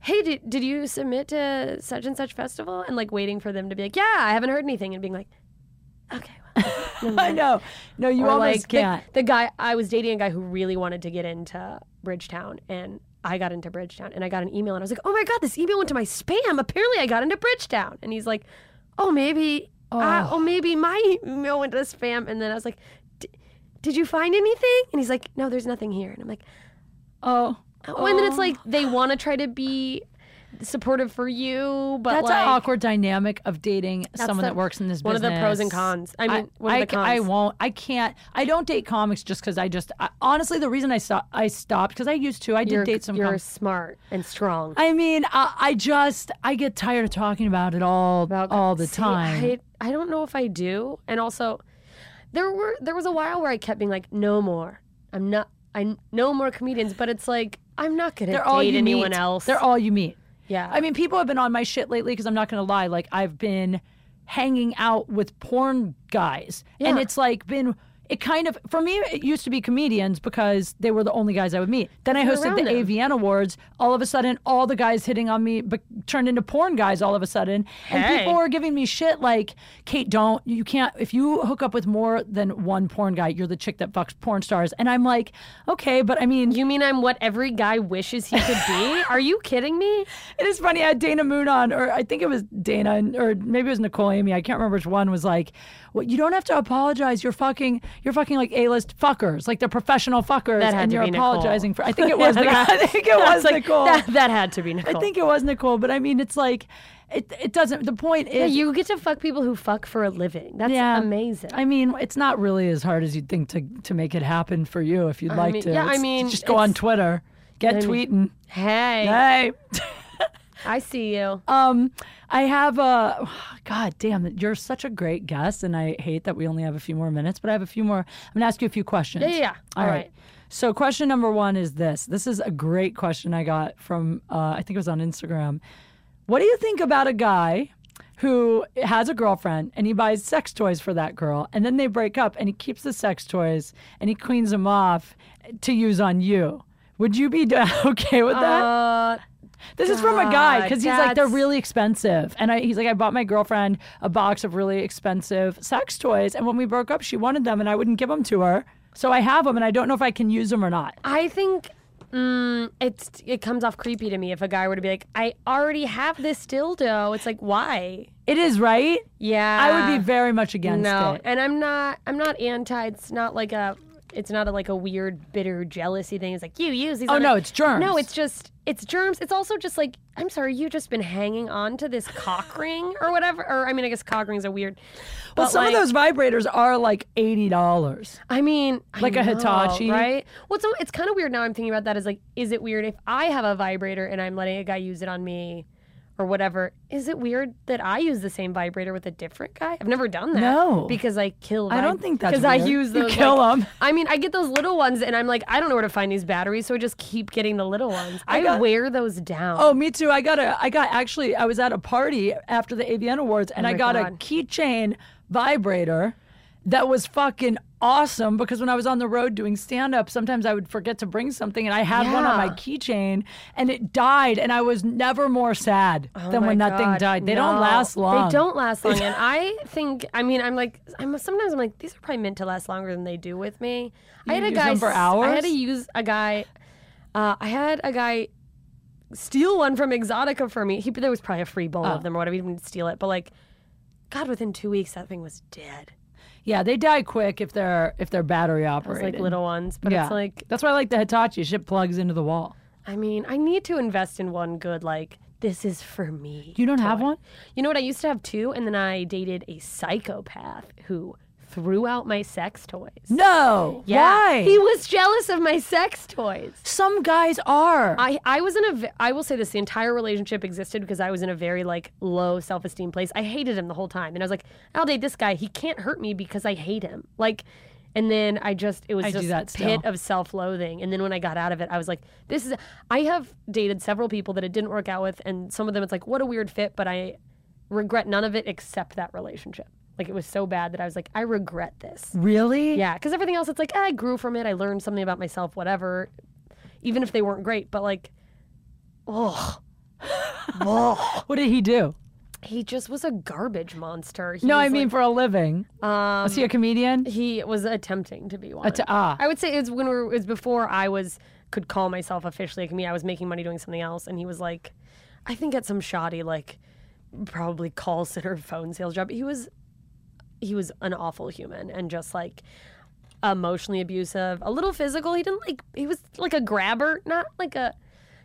[SPEAKER 2] hey, did did you submit to such and such festival? And like waiting for them to be like, yeah, I haven't heard anything, and being like, okay. Well, never
[SPEAKER 1] I
[SPEAKER 2] mind."
[SPEAKER 1] know. No, you
[SPEAKER 2] Or,
[SPEAKER 1] almost
[SPEAKER 2] like, the-
[SPEAKER 1] can't.
[SPEAKER 2] The, guy I was dating a guy who really wanted to get into Bridgetown and. I got into Bridgetown and I got an email and I was like, "Oh my god, this email went to my spam. Apparently, I got into Bridgetown." And he's like, "Oh, maybe oh, oh maybe my email went to spam." And then I was like, D- "Did you find anything?" And he's like, "No, there's nothing here." And I'm like,
[SPEAKER 1] oh,
[SPEAKER 2] "Oh." And then it's like they want to try to be supportive for you, but
[SPEAKER 1] that's
[SPEAKER 2] like,
[SPEAKER 1] an awkward dynamic of dating someone
[SPEAKER 2] the-
[SPEAKER 1] that works in this
[SPEAKER 2] one of
[SPEAKER 1] business.
[SPEAKER 2] the pros and cons. I mean, one of the
[SPEAKER 1] ca-
[SPEAKER 2] cons.
[SPEAKER 1] I won't. I can't. I don't date comics just because I just. I, honestly, the reason I saw I stopped because I used to. I did
[SPEAKER 2] you're
[SPEAKER 1] date some.
[SPEAKER 2] you're
[SPEAKER 1] comics.
[SPEAKER 2] smart and strong.
[SPEAKER 1] I mean, I, I just I get tired of talking about it all
[SPEAKER 2] about God.
[SPEAKER 1] all the
[SPEAKER 2] See,
[SPEAKER 1] time.
[SPEAKER 2] I, I don't know if I do. And also, there were there was a while where I kept being like, no more. I'm not. I no more comedians. But it's like I'm not gonna
[SPEAKER 1] They're
[SPEAKER 2] date
[SPEAKER 1] all you
[SPEAKER 2] anyone
[SPEAKER 1] meet.
[SPEAKER 2] else.
[SPEAKER 1] They're all you meet.
[SPEAKER 2] yeah.
[SPEAKER 1] I mean, people have been on my shit lately because I'm not going to lie. Like, I've been hanging out with porn guys, and
[SPEAKER 2] Yeah.
[SPEAKER 1] it's like been. it kind of for me it used to be comedians because they were the only guys I would meet. Then I
[SPEAKER 2] You're
[SPEAKER 1] hosted
[SPEAKER 2] around
[SPEAKER 1] the
[SPEAKER 2] them.
[SPEAKER 1] AVN Awards. All of a sudden, all the guys hitting on me but turned into porn guys. All of a sudden, and
[SPEAKER 2] Hey.
[SPEAKER 1] people were giving me shit like, "Kate, don't you can't if you hook up with more than one porn guy, you're the chick that fucks porn stars." And I'm like, okay, but I mean,
[SPEAKER 2] You mean I'm what every guy wishes he could be? Are you kidding me?
[SPEAKER 1] It is funny. I had Dana Moon on, or I think it was Dana, and- or maybe it was Nicole Amy. I can't remember which one was like, "Well, you don't have to apologize. You're fucking, you're fucking like A-list fuckers, like they're professional fuckers,
[SPEAKER 2] That had
[SPEAKER 1] and
[SPEAKER 2] to
[SPEAKER 1] you're
[SPEAKER 2] be Nicole.
[SPEAKER 1] apologizing for." I think it was. Nicole. I think it
[SPEAKER 2] That's
[SPEAKER 1] was
[SPEAKER 2] like,
[SPEAKER 1] Nicole.
[SPEAKER 2] That, that had to be Nicole.
[SPEAKER 1] I think it was Nicole. But I mean, it's like, it it doesn't. The point
[SPEAKER 2] Yeah,
[SPEAKER 1] is,
[SPEAKER 2] you get to fuck people who fuck for a living. That's
[SPEAKER 1] Yeah.
[SPEAKER 2] amazing.
[SPEAKER 1] I mean, it's not really as hard as you'd think to to make it happen for you if you'd like
[SPEAKER 2] mean-
[SPEAKER 1] to.
[SPEAKER 2] yeah,
[SPEAKER 1] It's-
[SPEAKER 2] I mean,
[SPEAKER 1] just go on
[SPEAKER 2] it's-
[SPEAKER 1] Twitter, get tweeting.
[SPEAKER 2] hey,
[SPEAKER 1] Hey.
[SPEAKER 2] I see you.
[SPEAKER 1] Um, I have a God damn, you're such a great guest, and I hate that we only have a few more minutes, but I have a few more. I'm gonna ask you a few questions.
[SPEAKER 2] Yeah, yeah, yeah.
[SPEAKER 1] All
[SPEAKER 2] All
[SPEAKER 1] right.
[SPEAKER 2] right.
[SPEAKER 1] So, question number one is this. This is a great question I got from uh, I think it was on Instagram. What do you think about a guy who has a girlfriend and he buys sex toys for that girl, and then they break up, and he keeps the sex toys and he cleans them off to use on you? Would you be okay with that?
[SPEAKER 2] Uh,
[SPEAKER 1] This is from a guy
[SPEAKER 2] God,
[SPEAKER 1] because he's like they're
[SPEAKER 2] that's-
[SPEAKER 1] really expensive, and I, he's like I bought my girlfriend a box of really expensive sex toys, and when we broke up, she wanted them, and I wouldn't give them to her, so I have them, and I don't know if I can use them or not.
[SPEAKER 2] I think mm, it's it comes off creepy to me if a guy were to be like, "I already have this dildo." It's like, why?
[SPEAKER 1] It is right.
[SPEAKER 2] Yeah,
[SPEAKER 1] I would be very much against
[SPEAKER 2] no,
[SPEAKER 1] it.
[SPEAKER 2] and I'm not. I'm not anti. It's not like a. It's not a, like a weird bitter jealousy thing. It's like you use these.
[SPEAKER 1] Oh
[SPEAKER 2] other-"
[SPEAKER 1] no, it's germs.
[SPEAKER 2] No, it's just it's germs. It's also just like I'm sorry, you just been hanging on to this cock ring or whatever. Or I mean, I guess cock rings are weird.
[SPEAKER 1] well, some
[SPEAKER 2] like-
[SPEAKER 1] of those vibrators are like eighty dollars.
[SPEAKER 2] I mean, I
[SPEAKER 1] Like a
[SPEAKER 2] know,
[SPEAKER 1] Hitachi?
[SPEAKER 2] right? Well, it's, it's kind of weird now. I'm thinking about that. Is like, is it weird if I have a vibrator and I'm letting a guy use it on me, or whatever? Is it weird that I use the same vibrator with a different guy? I've never done that.
[SPEAKER 1] No.
[SPEAKER 2] because I kill.
[SPEAKER 1] I don't think that's
[SPEAKER 2] because I
[SPEAKER 1] weird.
[SPEAKER 2] use
[SPEAKER 1] You
[SPEAKER 2] those.
[SPEAKER 1] kill
[SPEAKER 2] like-
[SPEAKER 1] 'em.
[SPEAKER 2] I mean, I get those little ones, and I'm like, I don't know where to find these batteries, so I just keep getting the little ones. I,
[SPEAKER 1] got-
[SPEAKER 2] wear those down.
[SPEAKER 1] Oh, me too. I got a. I got actually. I was at a party after the AVN Awards, and I
[SPEAKER 2] Oh my
[SPEAKER 1] got a
[SPEAKER 2] God.
[SPEAKER 1] keychain vibrator that was fucking awesome. Because when I was on the road doing stand up, sometimes I would forget to bring something, and I had one on my
[SPEAKER 2] Yeah.
[SPEAKER 1] keychain, and it died, and I was never more sad than
[SPEAKER 2] Oh my
[SPEAKER 1] when that thing
[SPEAKER 2] God,
[SPEAKER 1] died. They
[SPEAKER 2] no.
[SPEAKER 1] don't last long.
[SPEAKER 2] They don't last long, and I think I mean I'm like I'm sometimes I'm like these are probably meant to last longer than they do with me. I had a
[SPEAKER 1] use
[SPEAKER 2] guy
[SPEAKER 1] them for
[SPEAKER 2] s- I
[SPEAKER 1] hours?
[SPEAKER 2] had to use a guy. Uh, I had a guy steal one from Exotica for me. He there was probably a free bowl
[SPEAKER 1] Oh.
[SPEAKER 2] of them or whatever. He didn't steal it, but like, God, within two weeks that thing was dead.
[SPEAKER 1] Yeah, they die quick if they're if they're battery
[SPEAKER 2] It was
[SPEAKER 1] operated.
[SPEAKER 2] like little ones, but
[SPEAKER 1] yeah.
[SPEAKER 2] it's like
[SPEAKER 1] that's why I like the Hitachi. Shit plugs into the wall.
[SPEAKER 2] I mean I need to invest in one good like this is for me.
[SPEAKER 1] You don't have one?
[SPEAKER 2] You know what? I used to have two, and then I dated a psychopath who threw out my sex toys.
[SPEAKER 1] No. Why?
[SPEAKER 2] He was jealous of my sex toys.
[SPEAKER 1] Some guys are.
[SPEAKER 2] I, I was in a v- I will say this the entire relationship existed because I was in a very like low self esteem place. I hated him the whole time, and I was like, I'll date this guy. He can't hurt me because I hate him. Like, and then I just it was
[SPEAKER 1] I do
[SPEAKER 2] just
[SPEAKER 1] that
[SPEAKER 2] a
[SPEAKER 1] still.
[SPEAKER 2] pit of self loathing. And then when I got out of it, I was like, this is. I have dated several people that it didn't work out with, and some of them it's like what a weird fit, but I regret none of it except that relationship. Like it was so bad that I was like, I regret this.
[SPEAKER 1] really?
[SPEAKER 2] Yeah, because everything else, it's like "Ah, I grew from it. I learned something about myself, whatever. Even if they weren't great, but like, oh,
[SPEAKER 1] What did he do?
[SPEAKER 2] he just was a garbage monster. He
[SPEAKER 1] No, I
[SPEAKER 2] was,
[SPEAKER 1] mean for a living.
[SPEAKER 2] like, um,
[SPEAKER 1] Was he a comedian?
[SPEAKER 2] he was attempting to be one.
[SPEAKER 1] Att- ah.
[SPEAKER 2] I would say it was when we were, it was before I was could call myself officially like me. I was making money doing something else, and he was like, I think at some shoddy like probably call center phone sales job. He was he was an awful human and just like emotionally abusive, a little physical. He didn't like he was like a grabber, not like a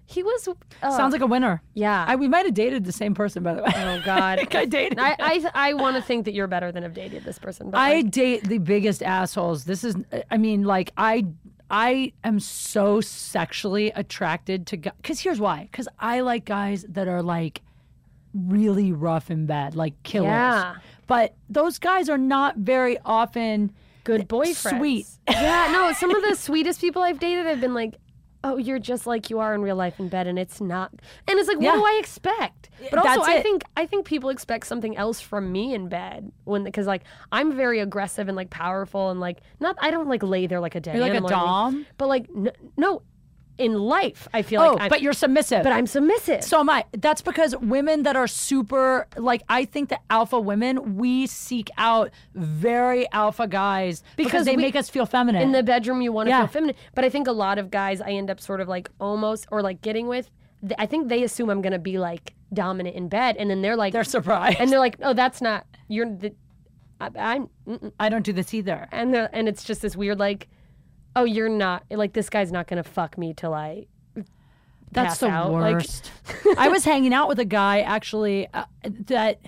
[SPEAKER 2] he was uh,
[SPEAKER 1] Sounds like a winner.
[SPEAKER 2] yeah.
[SPEAKER 1] I, we might have dated the same person, by the way.
[SPEAKER 2] oh God.
[SPEAKER 1] I think I dated.
[SPEAKER 2] I I, I want to think that you're better than have dated this person. But
[SPEAKER 1] I
[SPEAKER 2] like,
[SPEAKER 1] date the biggest assholes. This is, I mean, like I, I am so sexually attracted to guys. Because here's why. Because I like guys that are like really rough in bed, like killers.
[SPEAKER 2] Yeah.
[SPEAKER 1] But those guys are not very often
[SPEAKER 2] good boyfriend.
[SPEAKER 1] sweet.
[SPEAKER 2] Yeah, no, some of the sweetest people I've dated have been like, oh, you're just like you are in real life in bed, and it's not. And it's like,
[SPEAKER 1] Yeah.
[SPEAKER 2] what do I expect? But also,
[SPEAKER 1] that's
[SPEAKER 2] I
[SPEAKER 1] it.
[SPEAKER 2] think I think people expect something else from me in bed when because like I'm very aggressive and like powerful and like not. I don't like lay there like a dead
[SPEAKER 1] You're like a
[SPEAKER 2] animal or anything,
[SPEAKER 1] dom?
[SPEAKER 2] but like n- no, in life I feel
[SPEAKER 1] Oh,
[SPEAKER 2] like. I'm,
[SPEAKER 1] but you're submissive.
[SPEAKER 2] but I'm submissive.
[SPEAKER 1] So am I. That's because women that are super, like, I think the alpha women, we seek out very alpha guys because,
[SPEAKER 2] Because
[SPEAKER 1] they
[SPEAKER 2] we-
[SPEAKER 1] make us feel feminine.
[SPEAKER 2] in the bedroom you want to
[SPEAKER 1] Yeah.
[SPEAKER 2] feel feminine but i think a lot of guys i end up sort of like almost or like getting with th- i think they assume i'm gonna be like dominant in bed and then they're like
[SPEAKER 1] They're surprised.
[SPEAKER 2] and they're like oh that's not you're the I, i'm mm-mm."
[SPEAKER 1] I don't do this either.
[SPEAKER 2] and they're, and it's just this weird like oh you're not like this guy's not gonna fuck me till i
[SPEAKER 1] That's
[SPEAKER 2] pass
[SPEAKER 1] the
[SPEAKER 2] out, like-
[SPEAKER 1] worst. I was hanging out with a guy actually uh, that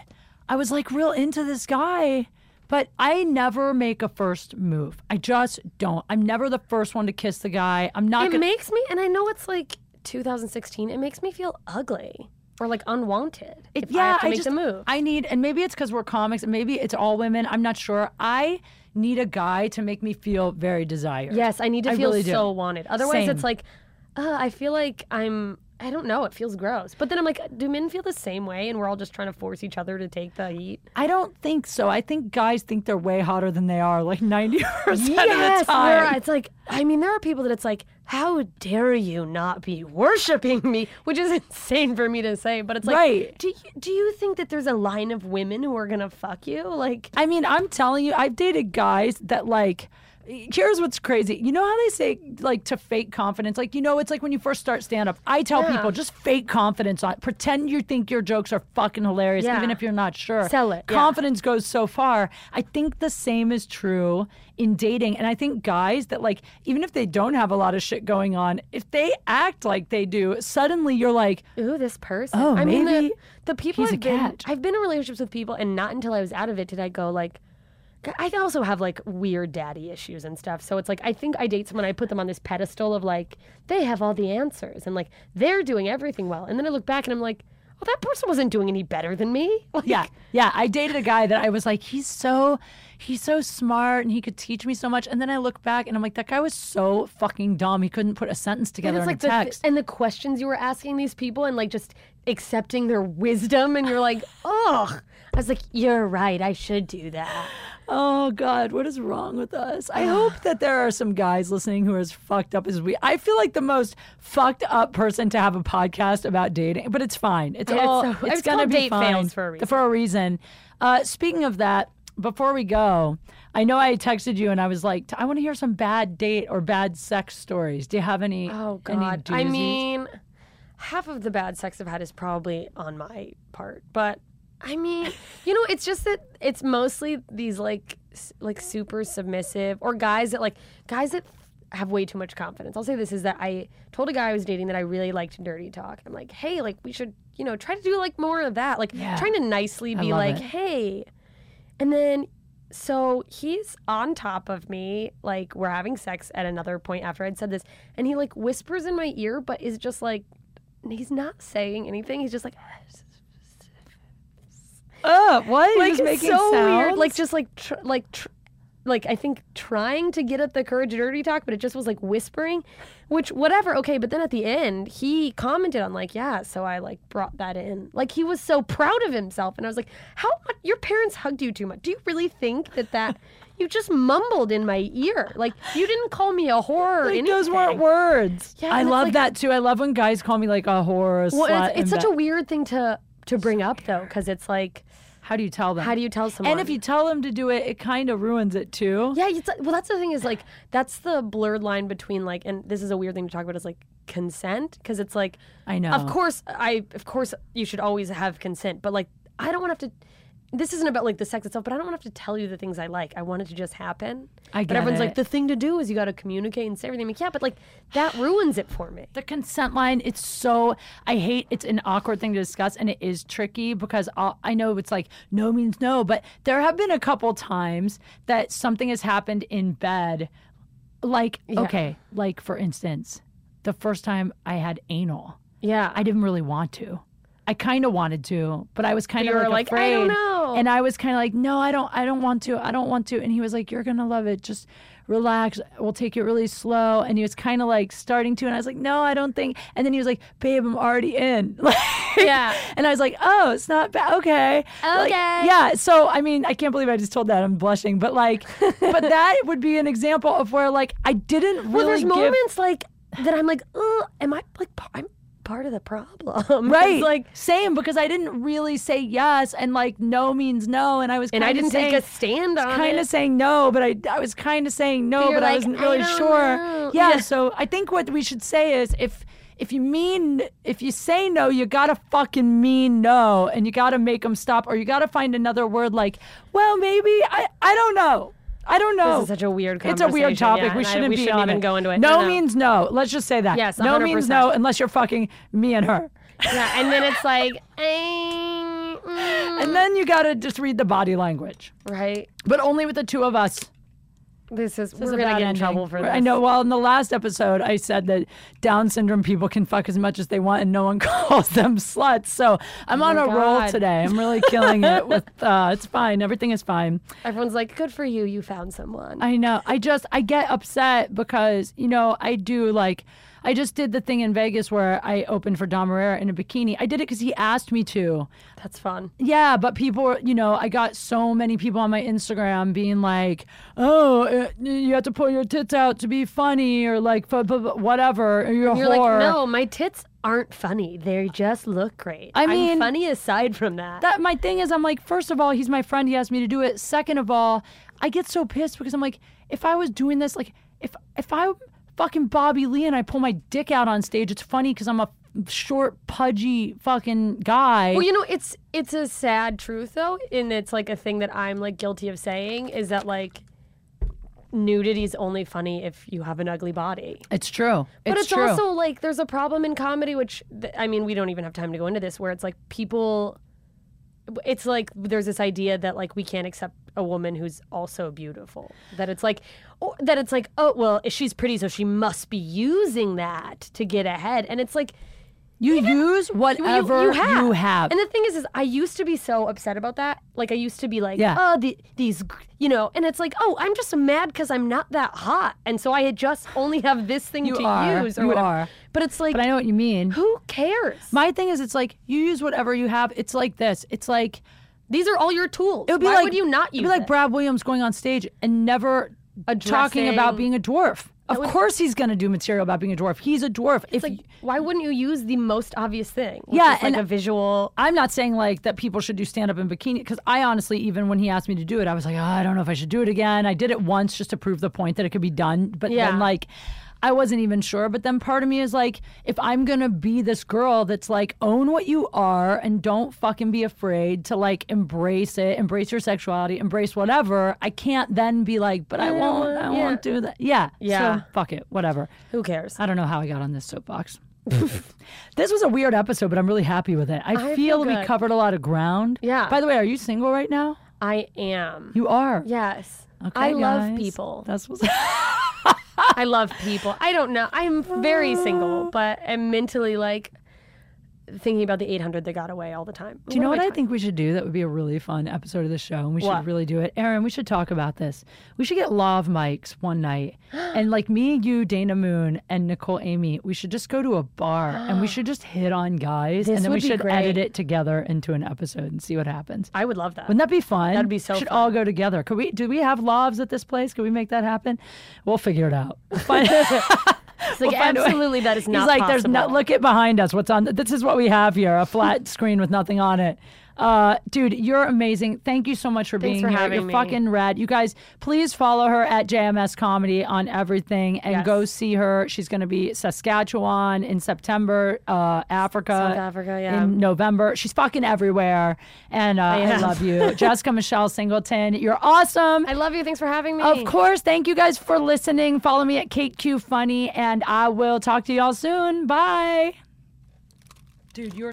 [SPEAKER 1] I was like real into this guy, but I never make a first move. I just don't. I'm never the first one to kiss the guy. I'm not
[SPEAKER 2] it
[SPEAKER 1] gonna.
[SPEAKER 2] makes me and i know it's like 2016 it makes me feel ugly or like unwanted
[SPEAKER 1] It-
[SPEAKER 2] if i have to make the move
[SPEAKER 1] I need, and maybe it's because we're comics, and maybe it's all women. I'm not sure. I need a guy to make me feel very desired.
[SPEAKER 2] Yes, I need to
[SPEAKER 1] I
[SPEAKER 2] feel
[SPEAKER 1] really do.
[SPEAKER 2] so wanted. Otherwise,
[SPEAKER 1] Same.
[SPEAKER 2] it's like, uh, I feel like I'm. I don't know. It feels gross. But then I'm like, do men feel the same way? And we're all just trying to force each other to take the heat.
[SPEAKER 1] I don't think so. I think guys think they're way hotter than they are, like 90% of the
[SPEAKER 2] where
[SPEAKER 1] time.
[SPEAKER 2] it's like, I mean, there are people that it's like, how dare you not be worshiping me? Which is insane for me to say, but it's like,
[SPEAKER 1] Right.
[SPEAKER 2] do you do you think that there's a line of women who are gonna fuck you? Like,
[SPEAKER 1] I mean, I'm telling you, I've dated guys that like. Here's what's crazy. You know how they say like to fake confidence, like you know, it's like when you first start stand up. I tell
[SPEAKER 2] Yeah.
[SPEAKER 1] people just fake confidence on. Pretend you think your jokes are fucking hilarious,
[SPEAKER 2] Yeah.
[SPEAKER 1] even if you're not sure.
[SPEAKER 2] Sell it, yeah.
[SPEAKER 1] Confidence goes so far. I think the same is true in dating, and I think guys that like even if they don't have a lot of shit going on, if they act like they do, suddenly you're like,
[SPEAKER 2] ooh, this person.
[SPEAKER 1] Oh,
[SPEAKER 2] I mean, the,
[SPEAKER 1] maybe
[SPEAKER 2] the people
[SPEAKER 1] he's a
[SPEAKER 2] I've been,
[SPEAKER 1] catch.
[SPEAKER 2] I've been in relationships with people, and not until I was out of it did I go like. "God," I also have like weird daddy issues and stuff. So it's like I think I date someone, I put them on this pedestal of like they have all the answers and like they're doing everything well. And then I look back and I'm like, oh, that person wasn't doing any better than me. Like,
[SPEAKER 1] Yeah, yeah. I dated a guy that I was like, he's so, he's so smart, and he could teach me so much. And then I look back, and I'm like, that guy was so fucking dumb. He couldn't put a sentence
[SPEAKER 2] And
[SPEAKER 1] together
[SPEAKER 2] it's
[SPEAKER 1] in
[SPEAKER 2] like
[SPEAKER 1] a
[SPEAKER 2] the,
[SPEAKER 1] text.
[SPEAKER 2] and the questions you were asking these people and like just accepting their wisdom and you're like, oh, I was like, you're right, I should do that.
[SPEAKER 1] oh God, what is wrong with us? I hope that there are some guys listening who are as fucked up as we. I feel like the most fucked up person to have a podcast about dating, but it's fine. It's
[SPEAKER 2] Yeah, it's
[SPEAKER 1] all.
[SPEAKER 2] so-
[SPEAKER 1] It's,
[SPEAKER 2] it's
[SPEAKER 1] gonna
[SPEAKER 2] called
[SPEAKER 1] be
[SPEAKER 2] Date
[SPEAKER 1] fine
[SPEAKER 2] Fails for a reason.
[SPEAKER 1] For a reason. Uh, speaking of that. Before we go, I know I texted you and I was like, I want to hear some bad date or bad sex stories. Do you have any?
[SPEAKER 2] Oh
[SPEAKER 1] any
[SPEAKER 2] God! I
[SPEAKER 1] doozies?
[SPEAKER 2] mean, half of the bad sex I've had is probably on my part, but I mean, you know, it's just that it's mostly these like s- like super submissive or guys that like guys that have way too much confidence. I'll say this is that I told a guy I was dating that I really liked dirty talk. I'm like, hey, like we should, you know, try to do like more of that. Like
[SPEAKER 1] Yeah.
[SPEAKER 2] trying to nicely
[SPEAKER 1] I
[SPEAKER 2] be
[SPEAKER 1] love
[SPEAKER 2] like,
[SPEAKER 1] it.
[SPEAKER 2] hey, and then so he's on top of me, like we're having sex at another point after I'd said this, and he like whispers in my ear, but is just like he's not saying anything. He's just like
[SPEAKER 1] Uh, what?
[SPEAKER 2] like
[SPEAKER 1] He's making
[SPEAKER 2] so weird,
[SPEAKER 1] sounds?
[SPEAKER 2] like just like tr- like tr- like I think trying to get at the courage dirty talk, but it just was like whispering, which whatever okay. But then at the end, he commented on like yeah, so I like brought that in. Like he was so proud of himself, and I was like, how much your parents hugged you too much? Do you really think that that you just mumbled in my ear? Like you didn't call me a whore. or
[SPEAKER 1] Like,
[SPEAKER 2] anything.
[SPEAKER 1] those weren't words.
[SPEAKER 2] Yeah,
[SPEAKER 1] I
[SPEAKER 2] and it's
[SPEAKER 1] love
[SPEAKER 2] like-
[SPEAKER 1] that too. I love when guys call me like a whore.
[SPEAKER 2] Well,
[SPEAKER 1] slut,
[SPEAKER 2] it's, it's such a weird thing to to bring up though, because it's like
[SPEAKER 1] How do you tell them?
[SPEAKER 2] how do you tell someone?
[SPEAKER 1] And if you tell them to do it, it kind of ruins it too.
[SPEAKER 2] Yeah, it's, well, that's the thing is like that's the blurred line between like, and this is a weird thing to talk about is like consent because it's like,
[SPEAKER 1] I know.
[SPEAKER 2] of course, I of course you should always have consent, but like I don't want to have to. This isn't about like the sex itself, but I don't want to have to tell you the things I like. I want it to just happen.
[SPEAKER 1] I
[SPEAKER 2] but
[SPEAKER 1] get
[SPEAKER 2] everyone's
[SPEAKER 1] it.
[SPEAKER 2] like, the thing to do is you got to communicate and say everything. I'm like, yeah, but like that ruins it for me.
[SPEAKER 1] The consent line, it's so, I hate, it's an awkward thing to discuss and it is tricky because i I know it's like no means no, but there have been a couple times that something has happened in bed. Like, okay, like for instance, the first time I had anal.
[SPEAKER 2] Yeah,
[SPEAKER 1] I didn't really want to. I kind of wanted to, but I was kind of
[SPEAKER 2] you were
[SPEAKER 1] like,
[SPEAKER 2] like,
[SPEAKER 1] afraid.
[SPEAKER 2] I don't know. no.
[SPEAKER 1] And I was kind of like, no, I don't, I don't want to, I don't want to. And he was like, you're gonna love it. Just relax. We'll take it really slow. And he was kind of like starting to, and I was like, no, I don't think. And then he was like, babe, I'm already in. Like,
[SPEAKER 2] Yeah.
[SPEAKER 1] And I was like, oh, it's not bad. Okay. Like,
[SPEAKER 2] Okay.
[SPEAKER 1] yeah. So I mean, I can't believe I just told that. I'm blushing, but like, but that would be an example of where like I didn't
[SPEAKER 2] well,
[SPEAKER 1] really
[SPEAKER 2] there's
[SPEAKER 1] give.
[SPEAKER 2] moments like that I'm like, Ugh, am I like par- I'm part of the problem?
[SPEAKER 1] Right.
[SPEAKER 2] It's like,
[SPEAKER 1] same because I didn't really say yes and like no means no and I was
[SPEAKER 2] and
[SPEAKER 1] kinda
[SPEAKER 2] I didn't
[SPEAKER 1] saying,
[SPEAKER 2] take a stand on
[SPEAKER 1] kind
[SPEAKER 2] it.
[SPEAKER 1] of saying no, but I, I was kind of saying no,
[SPEAKER 2] But
[SPEAKER 1] but, I
[SPEAKER 2] you're like,
[SPEAKER 1] wasn't
[SPEAKER 2] "I
[SPEAKER 1] really
[SPEAKER 2] don't
[SPEAKER 1] sure.
[SPEAKER 2] know.
[SPEAKER 1] Yeah,
[SPEAKER 2] Yeah.
[SPEAKER 1] so I think what we should say is if if you mean if you say no, you gotta fucking mean no, and you gotta make them stop, or you gotta find another word like, well, maybe I I don't know, I don't know.
[SPEAKER 2] This is such a weird
[SPEAKER 1] Oh. It's a weird
[SPEAKER 2] conversation, yeah,
[SPEAKER 1] topic. we
[SPEAKER 2] and I-
[SPEAKER 1] shouldn't
[SPEAKER 2] we
[SPEAKER 1] be
[SPEAKER 2] shouldn't
[SPEAKER 1] on
[SPEAKER 2] even
[SPEAKER 1] it.
[SPEAKER 2] go into it.
[SPEAKER 1] No,
[SPEAKER 2] No, no.
[SPEAKER 1] means no. Let's just say that.
[SPEAKER 2] Yes,
[SPEAKER 1] no means
[SPEAKER 2] 100%.
[SPEAKER 1] no unless you're fucking me and her.
[SPEAKER 2] yeah, and then it's like, "Eh, mm,"
[SPEAKER 1] And then you gotta just read the body language,
[SPEAKER 2] right?
[SPEAKER 1] but only with the two of us.
[SPEAKER 2] This is
[SPEAKER 1] This
[SPEAKER 2] we're
[SPEAKER 1] is a
[SPEAKER 2] gonna
[SPEAKER 1] bad
[SPEAKER 2] get in
[SPEAKER 1] ending.
[SPEAKER 2] trouble for this.
[SPEAKER 1] I know. Well, in the last episode, I said that Down syndrome people can fuck as much as they want, and no one calls them sluts. So I'm on a roll
[SPEAKER 2] Oh God.
[SPEAKER 1] today. I'm really killing it. With uh, it's fine. Everything is fine.
[SPEAKER 2] Everyone's like, good for you, you found someone.
[SPEAKER 1] I know. I just I get upset because you know I do like I just did the thing in Vegas where I opened for Don Herrera in a bikini. I did it because he asked me to.
[SPEAKER 2] That's fun.
[SPEAKER 1] Yeah, but people, were- you know, I got so many people on my Instagram being like, "Oh, uh, you have to pull your tits out to be funny," or like, "Fu- bu- bu- whatever, or you're a
[SPEAKER 2] You're
[SPEAKER 1] whore.
[SPEAKER 2] like, no, my tits aren't funny. They just look great.
[SPEAKER 1] I
[SPEAKER 2] I'm
[SPEAKER 1] mean-
[SPEAKER 2] funny aside from that.
[SPEAKER 1] That my thing is, I'm like, first of all, he's my friend. He asked me to do it. Second of all, I get so pissed because I'm like, if I was doing this, like, if if I fucking Bobby Lee and I pull my dick out on stage, it's funny because I'm a short, pudgy fucking guy.
[SPEAKER 2] Well, you know, it's it's a sad truth though, and it's like a thing that I'm like guilty of saying is that like nudity's only funny if you have an ugly body.
[SPEAKER 1] it's true.
[SPEAKER 2] But it's,
[SPEAKER 1] true.
[SPEAKER 2] also like there's a problem in comedy, which th- I mean, we don't even have time to go into this, where it's like people. It's like there's this idea that like we can't accept a woman who's also beautiful. That it's like, or, that it's like, oh well, she's pretty, so she must be using that to get ahead. And it's like,
[SPEAKER 1] you use whatever You have.
[SPEAKER 2] and the thing is, is I used to be so upset about that. Like I used to be like,
[SPEAKER 1] Yeah.
[SPEAKER 2] oh, the, these, g- you know, and it's like, oh, I'm just mad because I'm not that hot, and so I had just only have this thing
[SPEAKER 1] You
[SPEAKER 2] to
[SPEAKER 1] are.
[SPEAKER 2] use or
[SPEAKER 1] You
[SPEAKER 2] whatever.
[SPEAKER 1] are.
[SPEAKER 2] But it's like,
[SPEAKER 1] but I know what you mean.
[SPEAKER 2] who cares?
[SPEAKER 1] My thing is, it's like you use whatever you have. It's like this. It's like
[SPEAKER 2] These are all your tools.
[SPEAKER 1] it would be
[SPEAKER 2] Why
[SPEAKER 1] like
[SPEAKER 2] would you not use
[SPEAKER 1] it'd be like
[SPEAKER 2] it?
[SPEAKER 1] Brad Williams going on stage and never talking about
[SPEAKER 2] Addressing-
[SPEAKER 1] being a dwarf. Of course, he's going to do material about being a dwarf. He's a dwarf. If
[SPEAKER 2] Like,
[SPEAKER 1] you-
[SPEAKER 2] why wouldn't you use the most obvious thing? which
[SPEAKER 1] Yeah,
[SPEAKER 2] is, like
[SPEAKER 1] and-
[SPEAKER 2] a visual.
[SPEAKER 1] I'm not saying like that people should do stand up in bikini because I honestly, even when he asked me to do it, I was like, oh, I don't know if I should do it again. I did it once just to prove the point that it could be done, but
[SPEAKER 2] Yeah.
[SPEAKER 1] then like. I wasn't even sure, but then part of me is like, if I'm gonna be this girl that's like, own what you are and don't fucking be afraid to like embrace it, embrace your sexuality, embrace whatever, I can't then be like, but I won't,
[SPEAKER 2] want-
[SPEAKER 1] I
[SPEAKER 2] yeah.
[SPEAKER 1] won't do that. Yeah.
[SPEAKER 2] Yeah.
[SPEAKER 1] So fuck it, whatever.
[SPEAKER 2] Who cares?
[SPEAKER 1] I don't know how I got on this soapbox. this was a weird episode, but I'm really happy with it. I, feel,
[SPEAKER 2] feel
[SPEAKER 1] we
[SPEAKER 2] good.
[SPEAKER 1] covered a lot of ground.
[SPEAKER 2] Yeah.
[SPEAKER 1] By the way, are you single right now?
[SPEAKER 2] I am.
[SPEAKER 1] You are.
[SPEAKER 2] Yes.
[SPEAKER 1] Okay,
[SPEAKER 2] I love
[SPEAKER 1] guys.
[SPEAKER 2] people.
[SPEAKER 1] That's what's.
[SPEAKER 2] I love people. I don't know. I'm very single, but I'm mentally like thinking about the 800 that got away all the time.
[SPEAKER 1] do you know what I think we should do? That would be a really fun episode of the show, and we
[SPEAKER 2] What?
[SPEAKER 1] should really do it. Aaron, we should talk about this. We should get law of mics one night, and like me, you, Dana Moon, and Nicole Amy, we should just go to a bar and we should just hit on guys,
[SPEAKER 2] This
[SPEAKER 1] and then we
[SPEAKER 2] would be
[SPEAKER 1] should
[SPEAKER 2] great.
[SPEAKER 1] edit it together into an episode and see what happens.
[SPEAKER 2] I would love that.
[SPEAKER 1] Wouldn't that be fun?
[SPEAKER 2] That'd be so
[SPEAKER 1] Should
[SPEAKER 2] fun.
[SPEAKER 1] all go together. Could we? Do we have loves at this place? Could we make that happen? We'll figure it out. We'll find-
[SPEAKER 2] It's like,
[SPEAKER 1] we'll find a way.
[SPEAKER 2] absolutely, that is
[SPEAKER 1] He's
[SPEAKER 2] not
[SPEAKER 1] like,
[SPEAKER 2] possible.
[SPEAKER 1] there's no. Look at behind us. What's on? This is what we have here: a flat screen with nothing on it. Uh, dude, you're amazing. Thank you so much for being
[SPEAKER 2] for
[SPEAKER 1] here.
[SPEAKER 2] having
[SPEAKER 1] you're
[SPEAKER 2] me.
[SPEAKER 1] fucking rad. You guys, please follow her at JMS Comedy on everything and
[SPEAKER 2] Yes.
[SPEAKER 1] go see her. She's going to be Saskatchewan in September, uh, Africa,
[SPEAKER 2] South Africa, yeah.
[SPEAKER 1] in November. She's fucking everywhere, and uh, I
[SPEAKER 2] am.
[SPEAKER 1] love you, Jessica Michelle Singleton. You're awesome.
[SPEAKER 2] I love you. Thanks for having me.
[SPEAKER 1] Of course, thank you guys for listening. Follow me at Kate Q Funny, and I will talk to y'all soon. Bye. Dude, you're